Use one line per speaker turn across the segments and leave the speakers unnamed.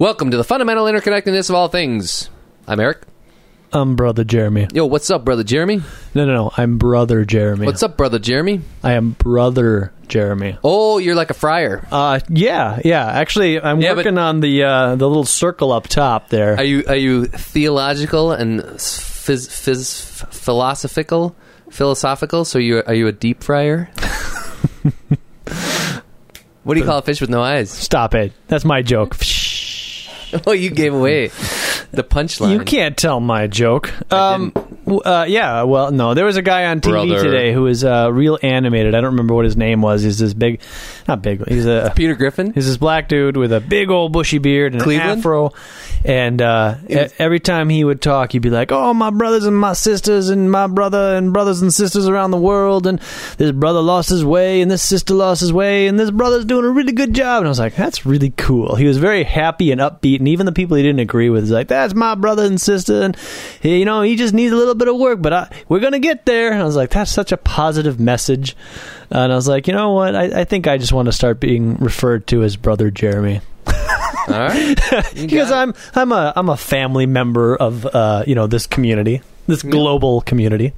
Welcome to the fundamental interconnectedness of all things. I'm Eric.
I'm brother Jeremy.
Yo, what's up, brother Jeremy?
No, no, no. I'm brother Jeremy.
What's up, brother Jeremy?
I am brother Jeremy.
Oh, you're like a friar.
Uh, yeah, yeah. Actually, I'm
Yeah, but-
working on the uh, the little circle up top there.
Are you are you theological and phys, phys, philosophical, philosophical? So you are you a deep fryer? what do you call a fish with no eyes?
Stop it. That's my joke.
Oh, you gave away the punchline.
You can't tell my joke.
I
Um, w- uh, yeah, well, no. There was a guy on TV
Brother.
today who was uh, real animated. I don't remember what his name was. He's this big, not big. He's a
Peter Griffin.
He's this black dude with a big old bushy beard and
Cleveland?
an afro, and uh, e-
was-
every time he would talk, he'd be like, "Oh, my brothers and my sisters, and my brother and brothers and sisters around the world, and this brother lost his way, and this sister lost his way, and this brother's doing a really good job." And I was like, "That's really cool." He was very happy and upbeat, and even the people he didn't agree with, is like, "That's my brother and sister, and he- you know, he just needs a little bit of work, but I, we're gonna get there." And I was like, "That's such a positive message." And I was like, you know what? I, I think I just want to start being referred to as Brother Jeremy
All right, You
because
got it.
I'm I'm a I'm a family member of uh, you know this community, this global community.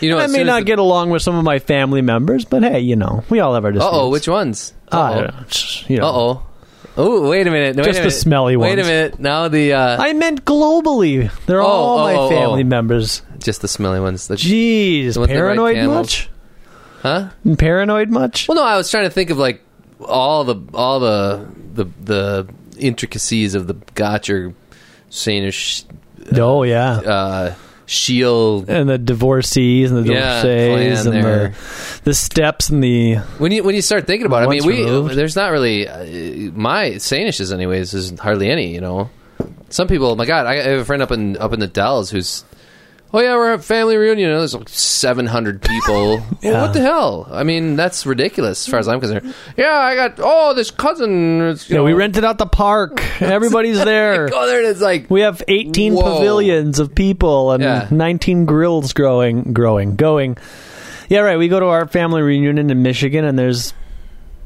You know,
I
as
may
soon as
not
the-
get along with some of my family members, but hey, you know we all have our disputes.
Uh oh, which ones?
uh, you know,
Uh oh. Oh, wait a minute. Wait
Just
a
the
minute.
smelly
Wait a
ones.
minute. Now the uh,
I meant globally. They're
Oh,
all
oh,
my
oh,
family
oh.
members.
just the smelly ones. The-
Jeez,
The ones that ride
paranoid
camels.
much?
huh?
Paranoid much?
Well, no, I was trying to think of like all the all the the the intricacies of the Gotcher Sanish
oh yeah.
uh, shield.
And the divorcees and the
Yeah,
divorcees
plan
and
there.
the, the steps and the
When you when you start thinking about it, I mean,
Once
we
removed.
there's not really uh, my Sanishes anyways. There's hardly any. You know, some people. My God, I I have a friend up in up in the Dells who's. Oh yeah, we're at family reunion. and There's like 700 people. well, what the hell? I mean, that's ridiculous as far as I'm concerned. Yeah, I got oh this cousin. is, you
Yeah, we
know,
rented out the park. Everybody's there.
Go there and it's like
We have 18
Whoa.
pavilions of people and
Yeah.
19 grills growing, growing, going. Yeah, right. We go to our family reunion in Michigan, and there's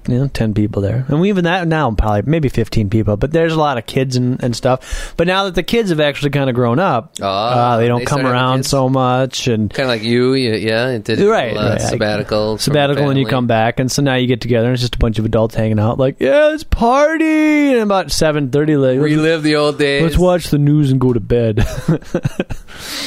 you know 10 people there, and we even that now probably maybe 15 people, but there's a lot of kids and, and stuff. But now that the kids have actually kind of grown up,
Ah,
uh, they don't
they
come
start having
around
kids.
so much, and
kind of like you, you yeah, it did
Right,
a little, uh,
right, I-
sabbatical, from
sabbatical and you
family.
come back and so now you get together and it's just a bunch of adults hanging out like yeah let's party and about 7.30 like, let's,
relive the old days.
let's watch the news and go to bed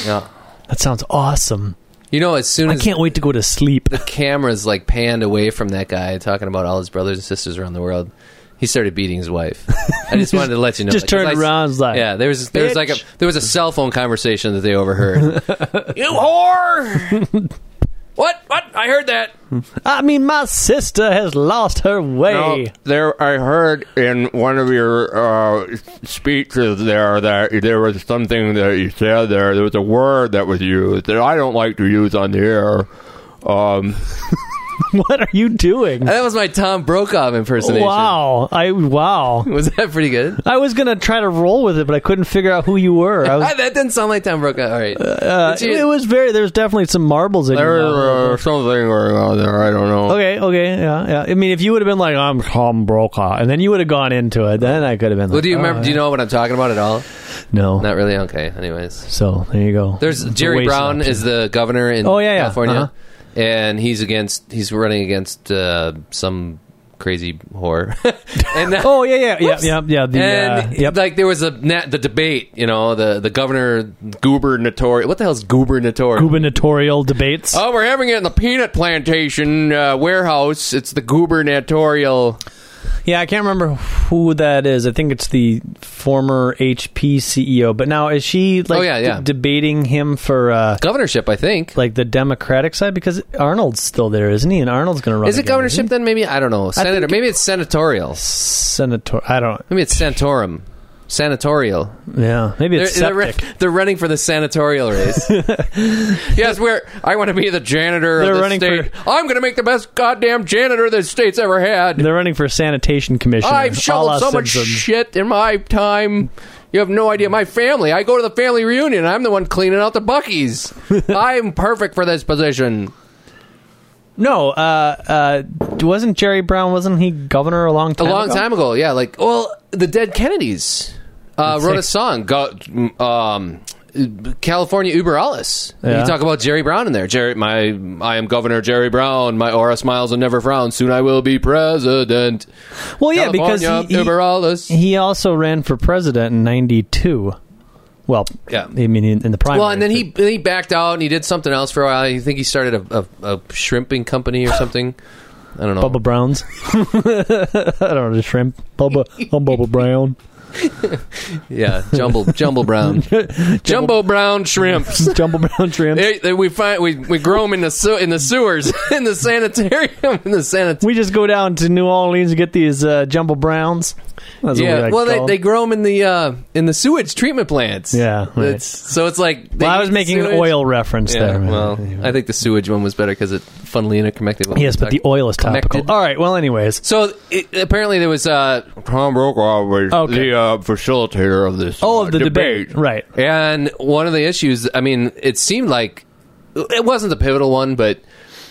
Yeah.
that sounds awesome
You know, as soon
i
as
can't wait to go to sleep
the cameras like panned away from that guy talking about all his brothers and sisters around the world, he started beating his wife. I just wanted to let you know.
just
that, 'cause
turn
I-
around it's like
Yeah, there was there was like a
Bitch.
there was a cell phone conversation that they overheard. you whore! what? What? I heard that.
i mean my sister has lost her way
No, there, I heard in one of your uh, speeches there that there was something that you said there. There was a word that was used that I don't like to use on the air. Um,
what are you doing
That was my Tom Brokaw impersonation.
wow i wow
Was that pretty good?
i was gonna try to roll with it but i couldn't figure out who you were i was
that didn't sound like Tom Brokaw. All right.
uh,
Did you-
it was very there's definitely some marbles in
there
your mouth.
was uh, something going on there. I don't know.
Okay, okay, yeah, yeah. I mean, if you would have been like, I'm Tom Brokaw, and then you would have gone into it, then I could have been like,
Well, do you
oh,
remember? Do you know what I'm talking about at all?
No.
Not really. Okay. Anyways,
So, there you go.
there's
It's a
Jerry
waste
Brown
option.
is the governor in
Oh, yeah, yeah.
California,
Uh-huh.
and he's against he's running against uh, some crazy whore. and now,
Oh, yeah, yeah, yeah, yeah, yeah. The,
and
uh, yep.
like there was a na- the debate, you know, the the governor gubernatorial. What the hell's gubernatorial?
gubernatorial debates.
Oh, we're having it in the peanut plantation uh, warehouse. It's the gubernatorial.
Yeah, I can't remember who that is. I think it's the former HP CEO. E But now, is she, like,
Oh, yeah,
d-
yeah.
debating him for, uh,
governorship, I think.
like, the Democratic side? Because Arnold's still there, isn't he? And Arnold's going to run
Is it
again, isn't
governorship then? Maybe I don't know. Senator. maybe it's senatorial.
he? Senator. I don't.
Maybe it's santorum. Senatorial.
Yeah. Maybe it's
They're, they're,
septic.
run- they're running for the senatorial race.
Yes, we're. I want to be the janitor
They're
of the
running
state. I'm going to make the best goddamn janitor the state's ever had.
They're running for sanitation commissioner.
I've
a la
shoveled so much
Simpsons.
shit in my time. You have no idea. My family. I go to the family reunion. I'm the one cleaning out the buckies. I'm perfect for this position.
No, uh, uh, wasn't Jerry Brown? Wasn't he governor a long
a
time?
long
ago?
time ago. Yeah, like well, the Dead Kennedys uh,
That's
wrote
sick.
a song. Go, um, California Uber Alles.
Yeah.
You talk about Jerry Brown in there. Jerry, my I am Governor Jerry Brown. My aura smiles and never frowns. Soon I will be president.
Well, yeah, because
California
he,
Uber
he,
Alles.
he also ran for president in '92. Well,
Yeah.
I mean in, in the primary.
well, and then he then he backed out and he did something else for a while. I think he started a, a, a shrimping company or something. I don't know.
Bubba Browns. I don't know the shrimp. Bubba, I'm Bubba Brown.
Yeah, jumble jumble brown, jumbo brown shrimps.
Jumbo Brown shrimp.
They, they, we find we, we grow them in the sew in the sewers in the sanitarium in the sanitarium.
We just go down to New Orleans and get these uh, Jumbo Browns. That's what we
Yeah,
like
well
to
they,
call
they
them.
grow them in the uh, in the sewage treatment plants.
Yeah, right.
It's- so it's like they
Well, I was
eat
making an
sewage.
oil reference
Yeah,
there. man.
well, I think the sewage one was better because it funnily interconnected. with-
yes, but the oil is topical.
Connected.
All right. Well, anyways,
So it, apparently there was uh,
Tom Brokaw was
Okay.
the uh, facilitator of this.
all
uh,
of the debate, right?
And one of the issues, I mean, it seemed like it wasn't the pivotal one, but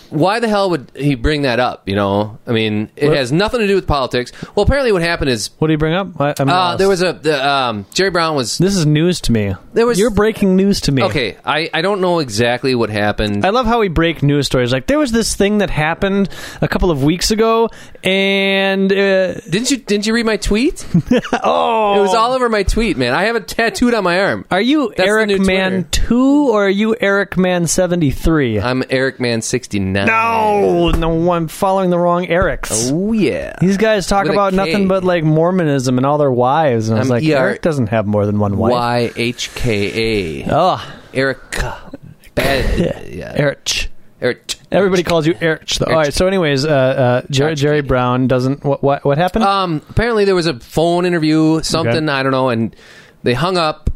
why the hell would he bring that up? You know, I mean, it
What-
has nothing to do with politics. Well, apparently, what happened is
What do you bring up? I, I'm
uh,
lost.
there was a the, um, Jerry Brown was
This is news to me.
There was-
You're breaking news to me.
okay. I I don't know exactly what happened.
I love how we break news stories. Like there was this thing that happened a couple of weeks ago, and uh,
didn't you Didn't you read my tweet? It
oh,
was all over my tweet, man. I have it tattooed on my arm.
Are you
the new
Eric Man two or are you Eric Man seventy three?
I'm Eric Man sixty nine.
No, no, I'm following the wrong Erics.
Oh yeah.
These guys talk
With a
about
K.
nothing but like Mormonism and all their wives, and I was
I'm
like,
ER
Eric doesn't have more than one wife.
Y H K A.
Oh,
Erica. Bad. Yeah.
Eric.
Eric.
Everybody calls you Eric. though.
Eric.
All right. So, anyways, uh, uh, Jerry, Jerry Brown doesn't. What what, what happened?
Um, apparently there was a phone interview, something I don't know, and they hung up,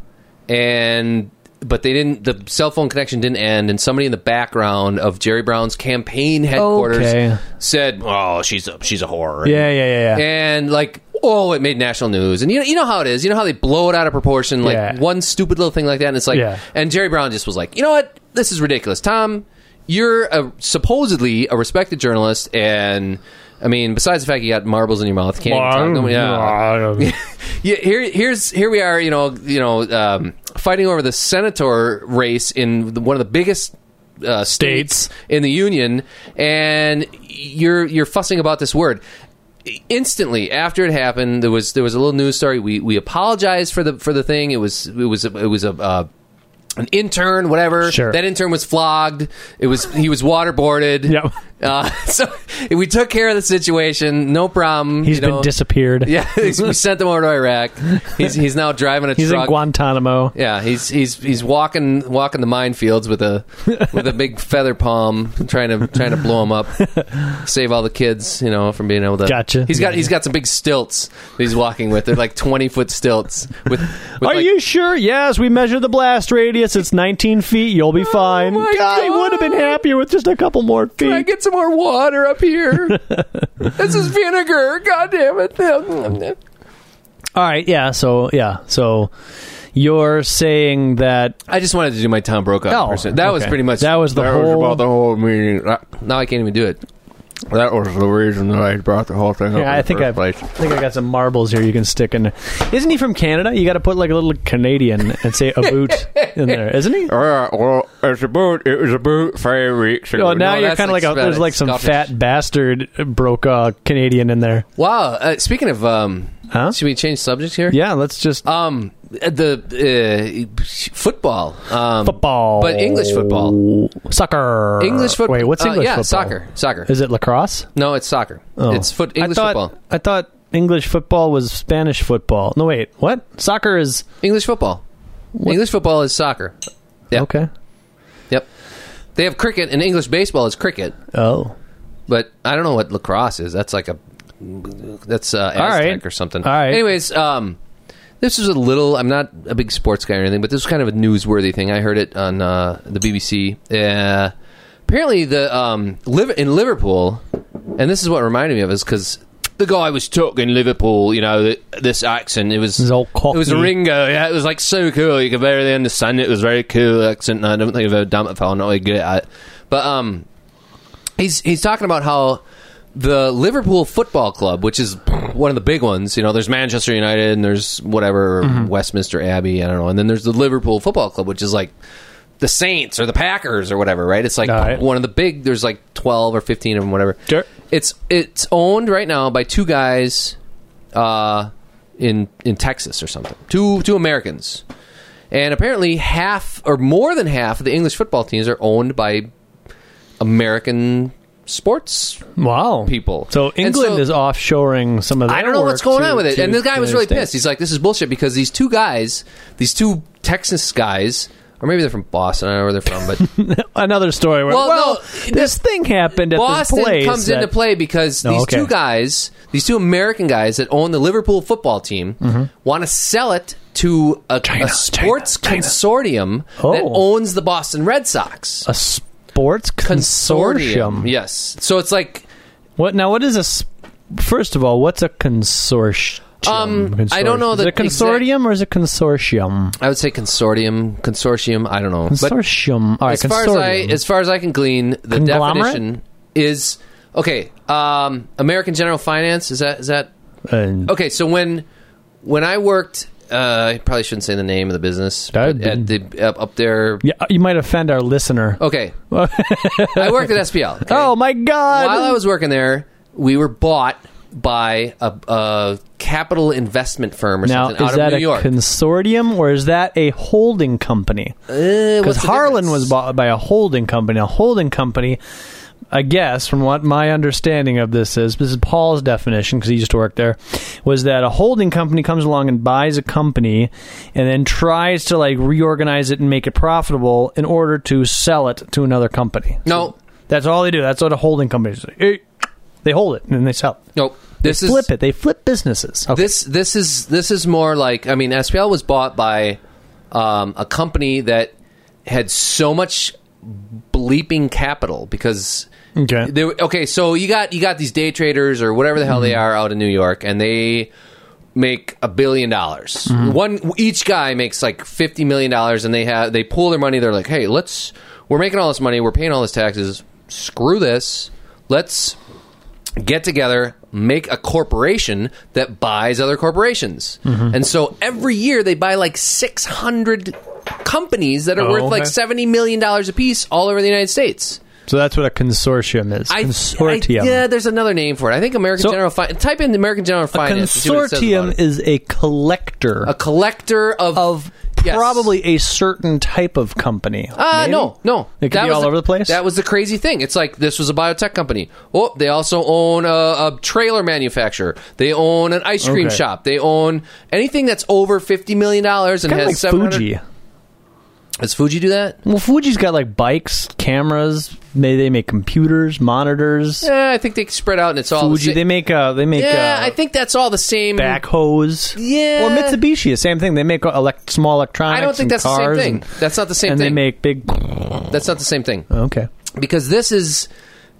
and but they didn't. The cell phone connection didn't end, and somebody in the background of Jerry Brown's campaign headquarters
Okay.
said, "Oh, she's a she's a horror."
yeah, yeah, yeah, yeah.
and like. Oh, it made national news, and you know, you know how it is. You know how they blow it out of proportion, like
Yeah.
one stupid little thing like that, and it's like.
Yeah.
And Jerry Brown just was like, you know what, this is ridiculous, Tom. You're a, supposedly a respected journalist, and I mean, besides the fact you got marbles in your mouth, can't even talk to yeah. Yeah, here, here's here we are. You know, you know, um, fighting over the senator race in the, one of the biggest uh, states in the union, and you're you're fussing about this word. Instantly after it happened, there was there was a little news story. We we apologized for the for the thing. It was it was a, it was a. Uh, an intern, whatever.
Sure.
That intern was flogged. It was he was waterboarded.
Yep.
Uh, so we took care of the situation. No problem.
He's
you
been
know.
disappeared.
Yeah, he's- we sent him over to Iraq. He's he's now driving a
he's
truck.
in Guantanamo.
yeah, he's he's he's walking walking the minefields with a with a big feather palm, trying to trying to blow him up, save all the kids, you know, from being able to.
Gotcha.
He's got he's got some big stilts that he's walking with. They're like twenty foot stilts. With, with
Are
like-
you sure? Yes, we measured the blast radius. It's 19 feet. You'll be fine.
Oh my
I would have been
God.
happier with just a couple more feet.
Can I get some more water up here? this is vinegar. God damn it!
All right. Yeah. So yeah. So you're saying that?
I just wanted to do my Tom Brokaw.
Oh,
impersonation. that was
okay.
pretty much.
That was the
That was
whole.
about the whole meeting. That,
now I can't even do it.
that was the reason that I brought the whole thing up.
Yeah,
in
I
the
think
first
I've-
place.
I think I got some marbles here you can stick in there. Isn't he from Canada? You got to put like a little Canadian and say a boot in there, isn't he?
All right, well, it's about it was about five weeks ago.
Oh, now
No,
you're
that's
kind of
like
like, a, there's
Scottish-
like some
Scottish.
fat bastard broke uh, Canadian in there.
Wow. Uh, speaking of, um,
Huh?
should we change subjects here?
Yeah, let's just
Um, the uh, football. Um,
football,
but English football.
soccer,
English football.
Wait, what's
Uh,
English
yeah,
football?
soccer. Soccer.
Is it lacrosse?
no, it's soccer.
Oh.
It's foot English
I thought,
football.
I thought English football was Spanish football. No, wait, what? Soccer is
English football. English football is soccer. Yep.
okay.
Yep. They have cricket and English baseball is cricket,
Oh,
but I don't know what lacrosse is. That's like a that's uh,
All
Aztec
right.
or something.
All right.
Anyways, um, this is a little. I'm not a big sports guy or anything, but this was kind of a newsworthy thing. I heard it on uh, the BBC. Uh, apparently, the um, live in Liverpool, and this is what reminded me of is because the guy was talking Liverpool. You know, th- this accent. It was
His old
it was a
cockney.
Ringo. Yeah, it was like so cool. You could barely understand it. It was a very cool accent. and I don't think I've ever done it before. I'm not really good at it, but um. he's he's talking about how the Liverpool Football Club, which is one of the big ones, you know, there's Manchester United and there's whatever
Mm-hmm.
Westminster Abbey, I don't know, and then there's the Liverpool Football Club, which is like the Saints or the Packers or whatever, right? It's like
All right.
one of the big. There's like twelve or fifteen of them, whatever.
Sure.
It's it's owned right now by two guys, uh, in in Texas or something. Two two Americans. And apparently, half or more than half of the English football teams are owned by American sports
Wow.
people.
So
And
England is offshoring some of the.
I don't know what's going on with it. And the guy was really pissed. He's like, "This is bullshit." Because these two guys, these two Texas guys, or maybe they're from Boston. I don't know where they're from, but
Another story where
Well,
well,
no,
this thing happened at
Boston
this place.
comes
that-
into play because
No,
these
okay.
two guys, these two American guys that own the Liverpool football team,
Mm-hmm.
want to sell it to a, a sports consortium that
Oh.
owns the Boston Red Sox.
a sports consortium.
yes. So it's like
What now? What is a? s- First of all, what's a consortium?
Um, I don't know
Is it
the
a consortium or is it consortium?
I would say consortium, consortium. I don't know, but
Consortium. all right,
as far as I
consortium.
as far as I can glean, the
Conglomerate?
definition is okay. Um, American General Finance is that is that
And-
Okay, so when when I worked, uh, I probably shouldn't say the name of the business,
That'd
but at the up, up there.
yeah, you might offend our listener.
Okay, I worked at SPL. okay?
Oh my God!
While I was working there, we were bought by a, a capital investment firm or
now,
something out
is that
of
a
New York. Uh,
consortium or is that a holding company? Because Harlan was bought by a holding company. A holding company, I guess, from what my understanding of this is, this is Paul's definition because he used to work there, was that a holding company comes along and buys a company and then tries to like reorganize it and make it profitable in order to sell it to another company.
no,
That's all they do. That's what a holding company is. Eh, They hold it and then they sell. it.
no. This
they
is
flip it. They flip businesses. Okay.
this this is this is more like I mean SPL was bought by um, a company that had so much bleeping capital because
Okay.
they were- okay so you got you got these day traders or whatever the hell
Mm-hmm.
they are out in New York and they make a billion dollars
Mm-hmm.
one each guy makes like 50 million dollars and they have they pull their money they're like hey let's we're making all this money we're paying all this taxes screw this let's get together, make a corporation that buys other corporations.
Mm-hmm.
And so every year they buy like 600 companies that are
Oh,
worth like
okay.
70 million dollars a piece all over the United States.
So that's what a consortium is.
I-
consortium.
I- yeah, there's another name for it. I think American
So-
General Finance. Type in American General Finance. and see what it says about
consortium
it.
is a collector
a collector of
of
Yes.
probably a certain type of company.
Uh,
Maybe?
no, no.
It could be all over the place?
That was the crazy thing. It's like this was a biotech company. Oh, they also own a, a trailer manufacturer. They own an ice cream
Okay.
shop. They own anything that's over fifty million dollars and
Kind
has
of
700
like Fuji.
Does Fuji do that?
Well, Fuji's got like bikes, cameras. They they make computers, monitors.
Yeah, I think they spread out and it's all
Fuji.
The
They
same.
make uh they make
yeah,
uh,
I think that's all the same.
backhoes.
Yeah.
Or Mitsubishi, the same thing. They make uh, elect- small electronics.
I don't think
and
that's the same
cars
thing.
And,
that's not the same
and
thing.
they make big.
that's not the same thing
Okay.
because this is.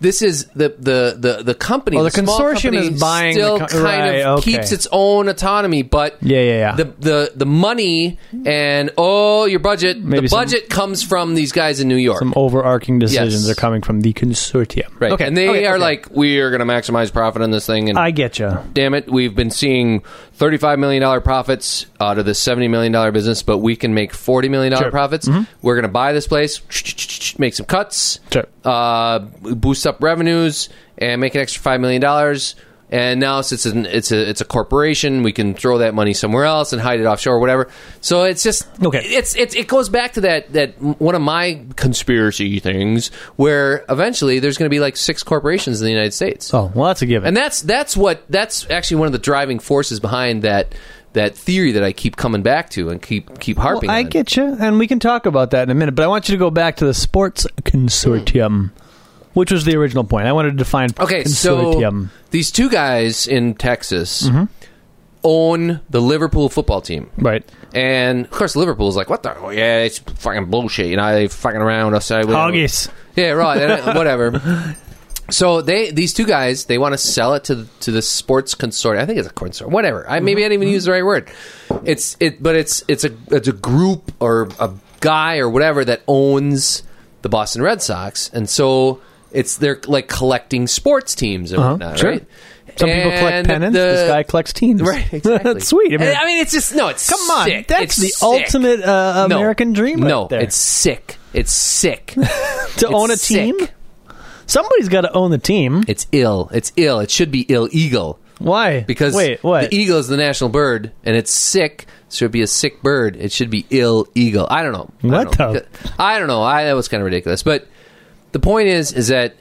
This is the the the, the company.
Oh, the
small
consortium
company
is buying the
Still,
co-
kind
right,
of
okay.
keeps its own autonomy, but
Yeah, yeah, yeah.
the the the money and oh your budget
Maybe
the
some-
budget comes from these guys in New York
Some overarching decisions
Yes.
are coming from the consortium.
right
Okay.
and they
okay,
are
okay.
like we are going to maximize profit on this thing and
I get you.
damn it we've been seeing 35 million dollar profits out of this 70 million dollar business but we can make 40 million dollar
Sure. Mm-hmm.
profits we're going to buy this place make some cuts
Sure.
uh, boost up revenues and make an extra 5 million dollars and now since it's an, it's a it's a corporation, we can throw that money somewhere else and hide it offshore or whatever. So it's just
Okay.
It's it, it goes back to that that m- one of my conspiracy things where eventually there's going to be like six corporations in the United States.
Oh, well, that's a given.
And that's that's what that's actually one of the driving forces behind that that theory that I keep coming back to and keep keep harping.
I
on.
get you, and we can talk about that in a minute. But I want you to go back to the sports consortium, which was the original point. I wanted to define
Okay,
consortium. Mm-hmm.
so these two guys in Texas own the Liverpool football team.
right?
And of course, Liverpool's like, what the? Oh, yeah, it's fucking bullshit. You know, they fucking around us. eh,
Hoggies.
Yeah, right. and, uh, whatever. So they these two guys they want to sell it to the, to the sports consortium. I think it's a consortium. Whatever. I maybe I didn't even
Mm-hmm.
use the right word. It's it, but it's it's a it's a group or a guy or whatever that owns the Boston Red Sox, and so It's they're like collecting sports teams and
Uh-huh,
whatnot,
sure.
right?
Some people collect
And
pennants.
the-
this guy collects teams.
Right, exactly.
that's sweet. I mean,
And, I mean, it's just no. It's
come on,
sick.
that's
It's
the
sick.
ultimate uh,
No.
American dream. right
No,
there.
it's sick. It's sick.
to
it's
own a team.
sick.
Somebody's got to own the team.
it's ill. It's ill. It should be ill eagle
Why?
because
wait, what?
the E eagle is the national bird and it's sick. So it'd be a sick bird. It should be ill eagle. I don't know. I don't
What
know.
the-
I don't know. I that was kind of ridiculous. But the point is, is that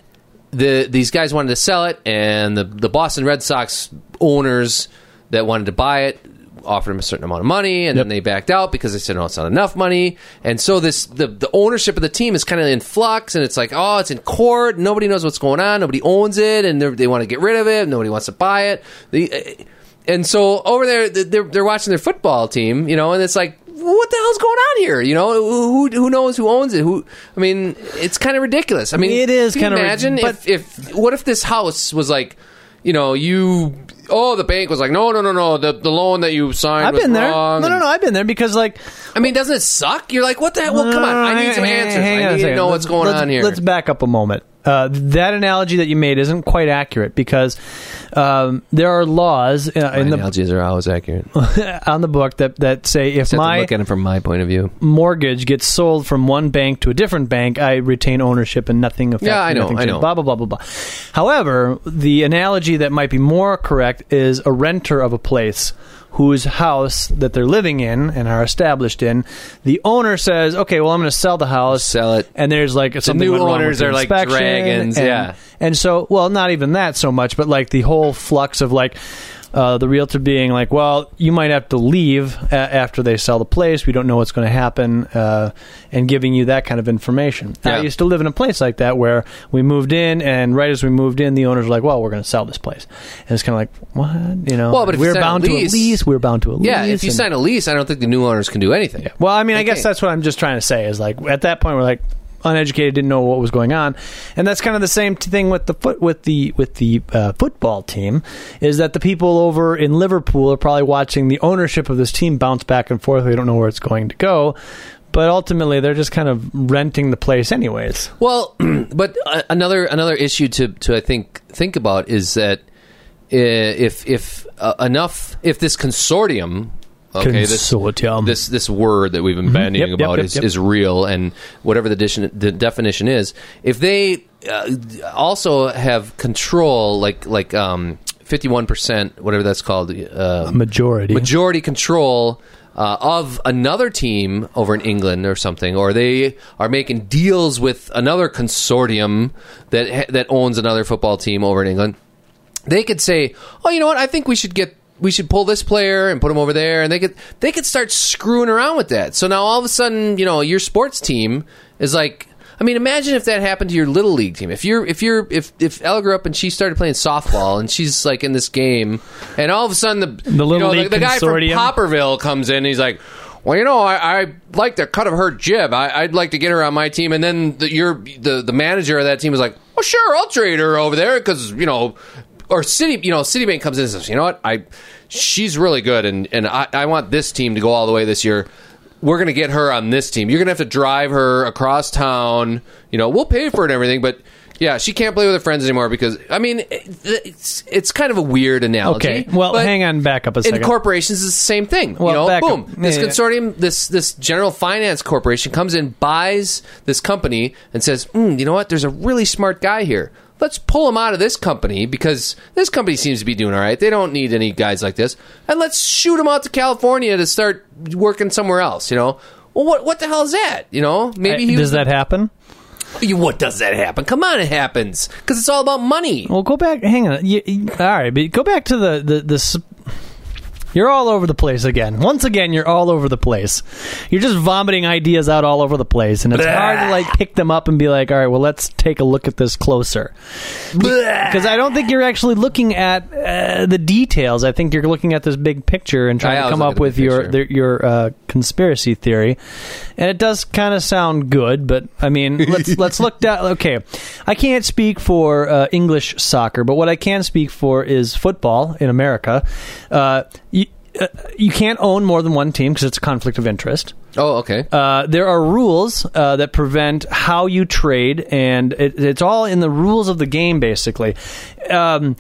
the these guys wanted to sell it, and the the Boston Red Sox owners that wanted to buy it offered him a certain amount of money, and then
Yep.
they backed out because they said, "No, it's not enough money." And so this the the ownership of the team is kind of in flux, and it's like, "Oh, it's in court. Nobody knows what's going on. Nobody owns it, and they're- they want to get rid of it. Nobody wants to buy it." The uh, and so over there, th- they're they're watching their football team, you know, and it's like, what the hell's going on here? You know, who who knows who owns it? Who I mean, it's kind of ridiculous. I mean,
It is
can you
kinda ri-
imagine
but-
if if what if this house was like, you know, you oh the bank was like, no no no no the the loan that you signed.
I've
was
been there.
wrong,"
No, no,
and-
no. I've been there because like
I mean, doesn't it suck? You're like, what the hell? Well, come on, I need some
Hang-
answers.
hang on
I
a
need to
second.
know
Let's-
what's going
let's-
on here.
Let's back up a moment. Uh, that analogy that you made isn't quite accurate because um, there are laws uh, in the,
analogies are always accurate.
on the book that, that say if my
at it from my point of view.
mortgage gets sold from one bank to a different bank, I retain ownership and nothing affects.
Yeah, I know,
nothing
I
changes,
know.
Blah blah blah blah blah. However, the analogy that might be more correct is a renter of a place whose house that they're living in and are established in. The owner says, "Okay, well, I'm going to sell the house,
Sell it.
and there's like something
new
went wrong with
owners
the
are like
inspection,
dragons,
and-
yeah.
and so, well, not even that so much, but like the whole flux of like uh, the realtor being like, well, you might have to leave a- after they sell the place. We don't know what's going to happen, uh, and giving you that kind of information. I
Yeah.
used to live in a place like that where we moved in, and right as we moved in, the owners were like, well, we're going to sell this place, and it's kind of like, what? You know,
Well, but if you
we're
sign a
bound to a
lease-
lease. We're bound to a
Yeah,
lease.
if you
and-
sign a lease, I don't think the new owners can do anything.
well, I mean, I guess
Okay.
that's what I'm just trying to say is like at that point we're like uneducated, didn't know what was going on, and that's kind of the same t- thing with the foot with the with the uh, football team is that the people over in Liverpool are probably watching the ownership of this team bounce back and forth. They don't know where it's going to go. But ultimately, they're just kind of renting the place, anyways.
Well, but uh, another another issue to to I think think about is that uh, if if uh, enough if this consortium okay this
Consortium.
this this word that we've been bandying
Um, Mm-hmm. Yep, yep,
about
yep,
is,
yep.
is real and whatever the, dition, the definition is if they uh, also have control like like um 51% whatever that's called
Um,
uh,
majority.
majority control uh, of another team over in England or something, or they are making deals with another consortium that ha- that owns another football team over in England. They could say, "Oh, you know what? I think we should get." We should pull this player and put him over there, and they could they could start screwing around with that. So now all of a sudden, you know, your sports team is like, I mean, imagine if that happened to your little league team. If you're if you're if if Ella grew up and she started playing softball and she's like in this game, and all of a sudden the
The Little
you know,
League
the, the guy from
Consortium.
Popperville comes in. And he's like, well, you know, I, I like the cut of her jib. I, I'd like to get her on my team. And then the, your the the manager of that team is like, well, sure, I'll trade her over there because you know, or City, you know, Citibank comes in and says, you know what, I she's really good, and and I, I want this team to go all the way this year. We're gonna get her on this team. You're gonna have to drive her across town. You know, we'll pay for it and everything, but. Yeah, she can't play with her friends anymore because I mean, it's it's kind of a weird analogy.
Okay. Well,
but-
hang on, back up a
in
second.
corporations is the same thing.
Well,
you know,
back
boom.
up.
This
Yeah, yeah.
consortium, this this General Finance Corporation comes in, buys this company, and says, mm, "You know what? There's a really smart guy here. Let's pull him out of this company because this company seems to be doing all right. They don't need any guys like this, and let's shoot him out to California to start working somewhere else." You know. Well, what what the hell is that? You know, maybe he was,
does that happen?
You, what does that happen? Come on, it happens because it's all about money.
Well, go back. Hang on. You, you- all right, but go back to the the the. s- You're all over the place again. Once again, you're all over the place. You're just vomiting ideas out all over the place, and it's hard to like pick them up and be like, all right, well, let's take a look at this closer. Because I don't think you're actually looking at uh, the details. I think you're looking at this big picture and
I
trying to
always
come
look at
up
the
with
big
your
picture.
the, your uh, conspiracy theory. And it does kind of sound good, but I mean, let's let's look down. Okay, I can't speak for uh, English soccer, but what I can speak for is football in America. Uh, y uh, you can't own more than one team because it's a conflict of interest.
Oh, okay.
Uh, there are rules uh, that prevent how you trade, and it, it's all in the rules of the game, basically. Um,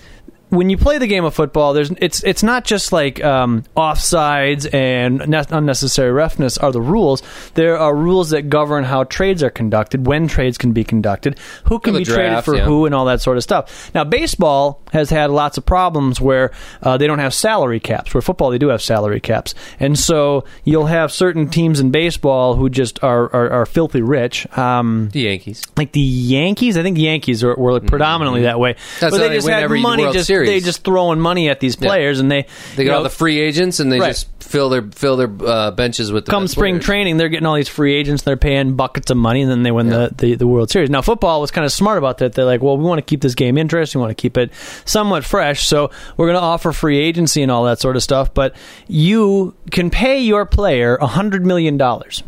when you play the game of football, there's it's it's not just like um, offsides and ne- unnecessary roughness are the rules. There are rules that govern how trades are conducted, when trades can be conducted, who can
the
be traded
draft,
for
yeah.
who, and all that sort of stuff. Now, baseball has had lots of problems where uh, they don't have salary caps. Where football, they do have salary caps, and so you'll have certain teams in baseball who just are are, are filthy rich. Um,
the Yankees.
like the Yankees, I think the Yankees are, were predominantly that way.
Mm-hmm. That's
but
how
they
they
just
win
had
every
money,
World
just
Series.
they just throwing money at these players, and they
They
you
got
know,
all the free agents and they
Right.
just fill their fill their uh, benches with the
come
best
spring
players.
training, they're getting all these free agents. They're paying buckets of money, and then they win the, the, the World Series. Now, football was kind of smart about that. They're like, well, we want to keep this game interesting. We want to keep it somewhat fresh. So we're going to offer free agency and all that sort of stuff. But you can pay your player $100 million.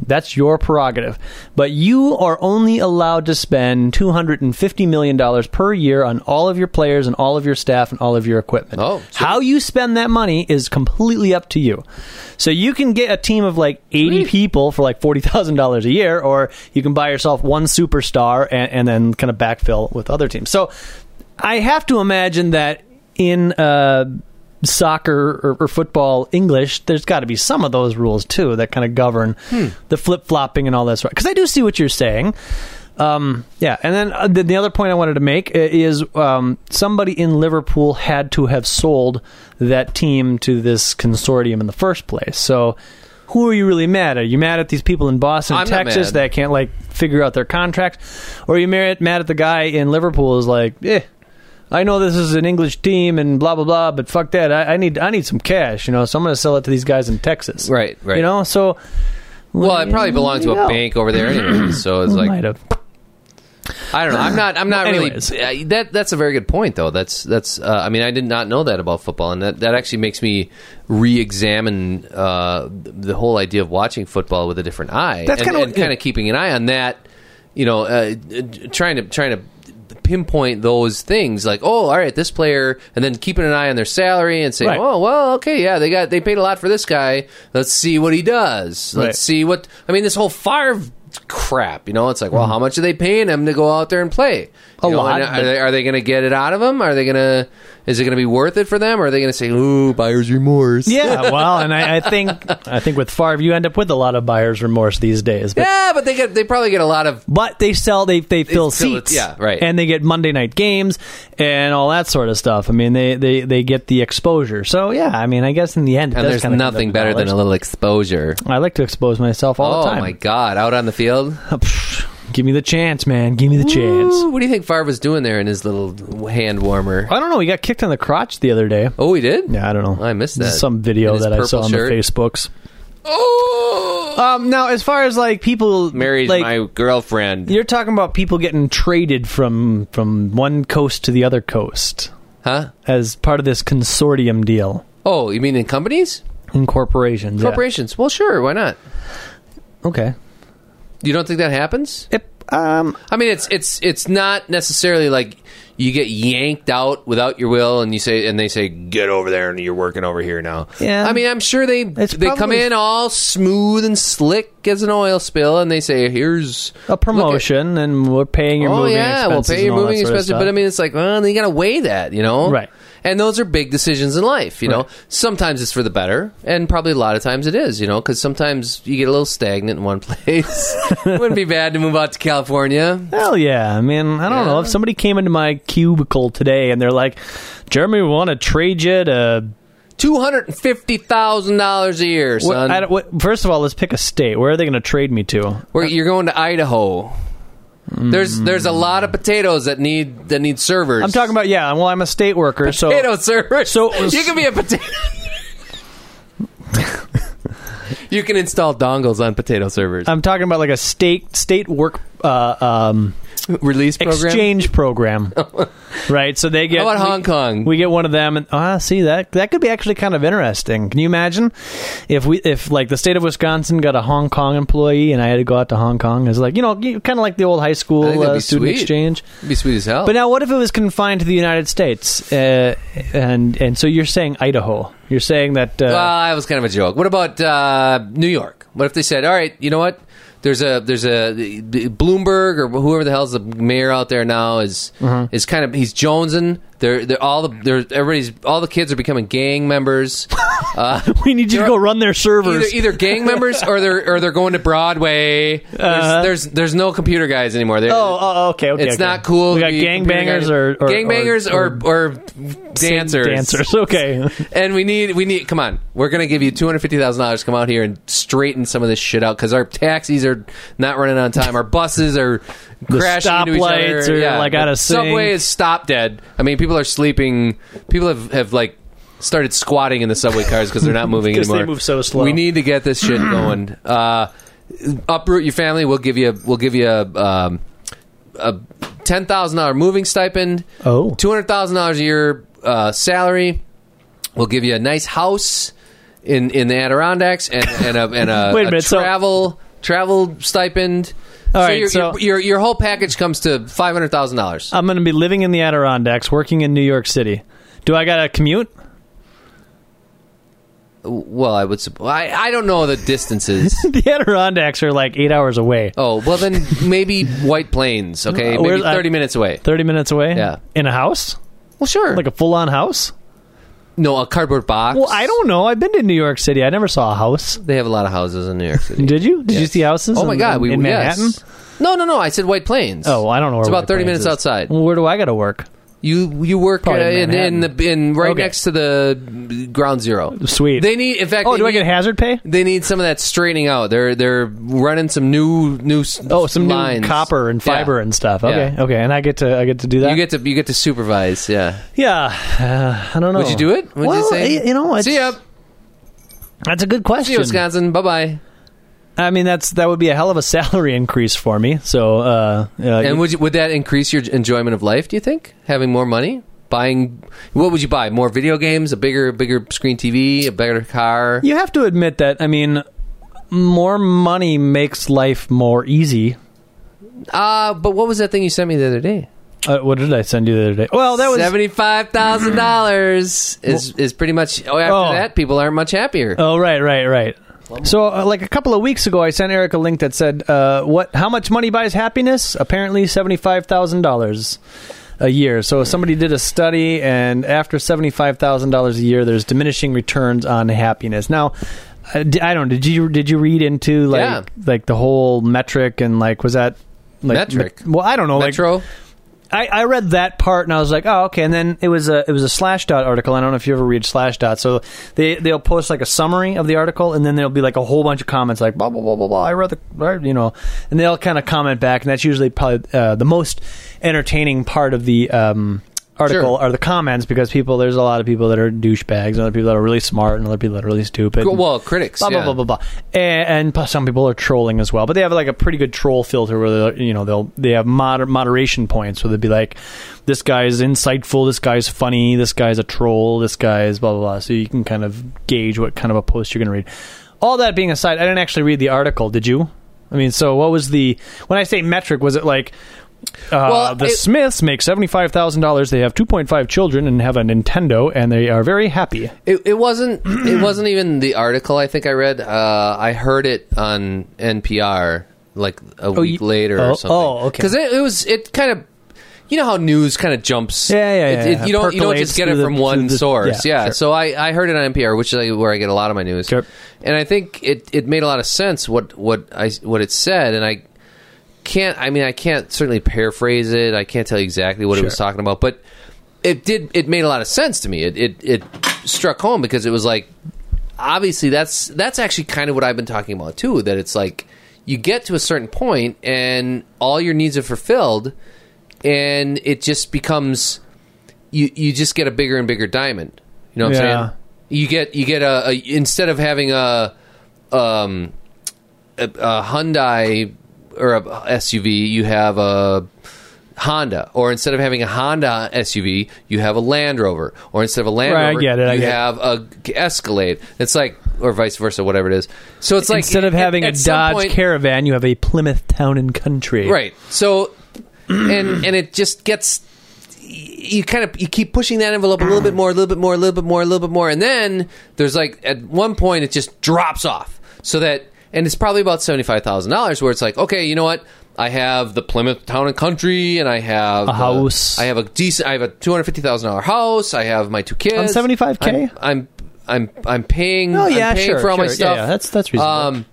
That's your prerogative. But you are only allowed to spend $250 million per year on all of your players and all of your staff and all of your equipment.
Oh, so
How you spend that money is completely up to you. So you can get a team of like 80 people for like $40,000 a year, or you can buy yourself one superstar and, and then kind of backfill with other teams. So I have to imagine that in uh, soccer or, or football English, there's got to be some of those rules too that kind of govern the flip flopping and all that sort. Because I do see what you're saying. Um, yeah, and then uh, the, the other point I wanted to make i- is um, somebody in Liverpool had to have sold that team to this consortium in the first place. So, who are you really mad at? Are you mad at these people in Boston,
I'm not
Texas,
mad.
that can't like figure out their contract, or are you mad mad at the guy in Liverpool who's like, eh, I know this is an English team and blah blah blah, but fuck that. I, I need I need some cash, you know. So I'm going to sell it to these guys in Texas,
Right, right.
You know, so
Well, it probably belonged to a
No.
bank over there anyway, so it's like
might have.
I don't know. I'm not. I'm not
Well,
really.
anyways.
uh, That that's a very good point, though. That's that's. Uh, I mean, I did not know that about football, and that that actually makes me re-examine uh, the whole idea of watching football with a different eye,
That's
and,
kinda what-
and kind of keeping an eye on that. You know, uh, uh, trying to trying to pinpoint those things like oh all right this player and then keeping an eye on their salary and saying
Right.
oh well okay yeah they got they paid a lot for this guy let's see what he does let's
Right.
see what i mean this whole fire crap you know it's like well how much are they paying him to go out there and play
A
You know,
lot,
and
but-
are they, are they going to get it out of him are they going to is it going to be worth it for them or are they going to say ooh buyer's remorse
Yeah, well, and I, I think I think with Favre, you end up with a lot of buyer's remorse these days. But,
yeah but they get they probably get a lot of
but they sell they they fill
fill it,
seats,
yeah, right.
and they get Monday night games and all that sort of stuff. I mean, they they, they get the exposure. So yeah, I mean, I guess in the end, it
and
does
there's
kinda come
nothing
down to
better than
dollars.
a little exposure
I like to expose myself all
oh
the time.
my god out on the field
Pfft, Give me the chance, man. Give me the chance.
Ooh, what do you think Favre was doing there in his little hand warmer
I don't know. He got kicked in the crotch the other day.
oh he did
Yeah, I don't know.
I missed
This is
that.
Some
In
video
his
that I
purple
saw on
shirt.
the Facebooks.
oh
Um, now, as far as like people
married
like,
my girlfriend
You're talking about people getting traded from from one coast to the other coast
huh
as part of this consortium deal
oh you mean in companies
in corporations. yeah.
corporations well sure why not
Okay.
you don't think that happens
It, um,
I mean, it's it's it's not necessarily like you get yanked out without your will, and you say, and they say, "Get over there," and you're working over here now.
Yeah.
I mean, I'm sure they
It's
they come
probably-
in all smooth and slick as an oil spill, and they say, "Here's
a promotion, and we're paying your
oh
Oh, moving
yeah, we'll
expenses.
pay your
and all that
moving
sort of
expenses."
stuff.
But I mean, it's like, well, you got to weigh that, you know,
Right.
And those are big decisions in life, you know. Sometimes it's for the better, and probably a lot of times it is, you know, because sometimes you get a little stagnant in one place. Wouldn't be bad to move out to California.
Hell yeah. I mean, I don't know. If somebody came into my cubicle today and they're like, Jeremy, we want to trade you to.
Two hundred and fifty thousand dollars a year,
What,
son.
I don't- what- first of all, let's pick a state. Where are they going to trade me to?
Where you're going to Idaho. There's there's a lot of potatoes that need that need servers.
Mm. I'm talking about, yeah, well, I'm a state worker, so.
potato servers.
So-
you can be a potato. you can install dongles on potato servers.
I'm talking about like a state state work uh, um,
release program.
exchange program, right? So they get
How about
we-
Hong Kong?
We get one of them, and ah, see that that could be actually kind of interesting. Can you imagine if we if like the state of Wisconsin got a Hong Kong employee, and I had to go out to Hong Kong? It's like you know, kind of like the old high
I think
school
that'd be
uh, student
sweet.
exchange.
It'd be sweet as hell.
But now, what if it was confined to the United States? Uh, and and so you're saying Idaho? You're saying that uh,
well, that was kind of a joke. What about uh, New York? What if they said, "All right, you know what? There's a there's a Bloomberg or whoever the hell's the mayor out there now is
Mm-hmm.
is kind of he's jonesing. They're they're all the they're everybody's all the kids are becoming gang members.
we need you to
there
go
are-
run their servers?
either, either gang members or they're or they're going to Broadway. There's there's, there's no computer guys anymore. They're,
Uh-huh. oh, oh, okay, okay.
it's
okay.
not cool.
We
to
got
be a computer
gangbangers
guy.
or, or
gangbangers or, or, dancers.
dancers. Okay.
And we need we need come on. We're going to give you two hundred fifty thousand dollars. to Come out here and straighten some of this shit out because our taxis are not running on time. Our buses are crashing into each
stoplights
other.
are, like, out
the
of sync.
Subway is stop dead. I mean, people are sleeping. People have have like started squatting in the subway cars because they're not moving
'Cause they
anymore.
move so slow.
We need to get this shit going. Uh, uproot your family. We'll give you. We'll give you a. Um, a ten thousand dollar moving stipend.
Oh.
two hundred thousand dollars a year uh, salary. We'll give you a nice house in in the Adirondacks and and a and a,
Wait a minute, so-
travel travel stipend.
All right,
your,
so-
your, your your whole package comes to five hundred thousand dollars. Uh,
I'm going to be living in the Adirondacks, working in New York City. Do I got to commute?
Well, I would. supp- I I don't know the distances.
The Adirondacks are like eight hours away,
oh well, then maybe White Plains. Okay,
Uh,
maybe
where's- I-
thirty minutes away.
thirty minutes away.
Yeah.
in a house,
Well, sure.
like a full-on house.
no, a cardboard box.
Well, I don't know. I've been to New York City. I never saw a house.
They have a lot of houses in New York City.
Did you? Did you
Yes.
see houses?
Oh my
in-
God, we
in
yes.
Manhattan.
No, no, no. I said White Plains.
Oh, I don't know. Where
It's about
White
30
Plains
minutes
is.
outside.
Well, where do I got to work?
You you work uh,
Probably
in, in
in Manhattan.
the in right
Okay.
next to the ground zero.
Sweet.
They need. In fact,
oh,
they
do I
need-
get hazard pay?
They need some of that straightening out. They're they're running some new new s-
Oh, some
lines.
new copper and fiber
Yeah.
and stuff.
Yeah.
Okay, okay, and I get to I get to do that.
You get to you get to supervise. Yeah.
yeah, uh, I don't know.
Would you do it? Would
well,
you say?
y- you know, it's,
see ya.
That's a good
See you,
question.
Wisconsin. Bye bye.
I mean, that's that would be a hell of a salary increase for me. So, uh, uh,
And would you, would that increase your enjoyment of life? Do you think having more money, buying what would you buy? More video games, a bigger bigger screen TV, a better car.
you have to admit that. I mean, more money makes life more easy.
Uh, but what was that thing you sent me the other day?
Uh, what did I send you the other day? Well, that was
seventy five thousand dollars. Is is pretty much. Oh, after
Oh.
that, people aren't much happier.
Oh, right, right, right. So, uh, like a couple of weeks ago, I sent Eric a link that said, uh, "What? How much money buys happiness?" Apparently, seventy-five thousand dollars a year. So, somebody did a study, and after seventy-five thousand dollars a year, there's diminishing returns on happiness. Now, I d- I don't. Did you did you read into like
Yeah.
like the whole metric and like was that like
Metric.
met- well, I don't know. like,
Metro.
I, I read that part and I was like, oh, okay. And then it was a it was a Slashdot article. I don't know if you ever read Slashdot. So they they'll post like a summary of the article, and then there'll be like a whole bunch of comments like blah blah blah blah blah. I read the I- you know, and they'll kind of comment back, and that's usually probably uh, the most entertaining part of the. Um, Article
Sure.
are the comments because people there's a lot of people that are douchebags, and other people that are really smart, and other people that are really stupid.
Well, critics.
Blah,
yeah.
blah blah blah blah and, and plus some people are trolling as well but they have like a pretty good troll filter where they're, you know they'll they have moder- moderation points where they'd be like this guy's insightful this guy's funny this guy's a troll this guy's blah blah blah so you can kind of gauge what kind of a post you're going to read all that being aside i didn't actually read the article did you i mean so what was the when i say metric was it like uh,
Well,
the
it-
Smiths make seventy-five thousand dollars. They have two point five children and have a Nintendo, and they are very happy.
It, it wasn't. It wasn't even the article. I think I read. Uh, I heard it on NPR like a week
you-
later
oh,
or something.
oh, okay.
Because it, it was. It kind of. You know how news kind of jumps.
Yeah, yeah,
It-
yeah,
it-
yeah.
you don't. You don't just
Percolates
get it
through the-
from
through
one
the-
source.
yeah,
Yeah.
sure.
So I, I heard it on NPR, which is where I get a lot of my news.
Sure.
And I think it, it made a lot of sense what what I what it said, and I can't I mean I can't certainly paraphrase it. I can't tell you exactly what it was talking about, but it did it made a lot of sense to me. It it, it struck home because it was like obviously that's that's actually kind of what I've been talking about too, that it's like you get to a certain point and all your needs are fulfilled and it just becomes you you just get a bigger and bigger diamond. You know what
Yeah.
I'm saying? You get you get a, a instead of having a um a, a Hyundai or a SUV, you have a Honda, or instead of having a Honda SUV, you have a Land Rover, or instead of a Land
Right, I
Rover,
get it, I
you
get it.
have a Escalade. It's like, or vice versa, whatever it is. So it's like
Instead of
at-
having
at
a
some
Dodge
point-
Caravan, you have a Plymouth Town and Country.
right? So, and and it just gets you kind of you keep pushing that envelope a little bit more, a little bit more, a little bit more, a little bit more, and then there's like at one point it just drops off. So that and it's probably about seventy five thousand dollars where it's like, okay, you know what? I have the Plymouth Town and Country, and I have the-
house.
I have a decent. I have a two hundred fifty thousand dollar house. I have my two kids.
On 75K?
I'm- I'm I'm I'm paying.
Oh, yeah,
I'm paying
sure,
for all my
sure. Yeah,
stuff.
yeah, that's- that's reasonable.
Um,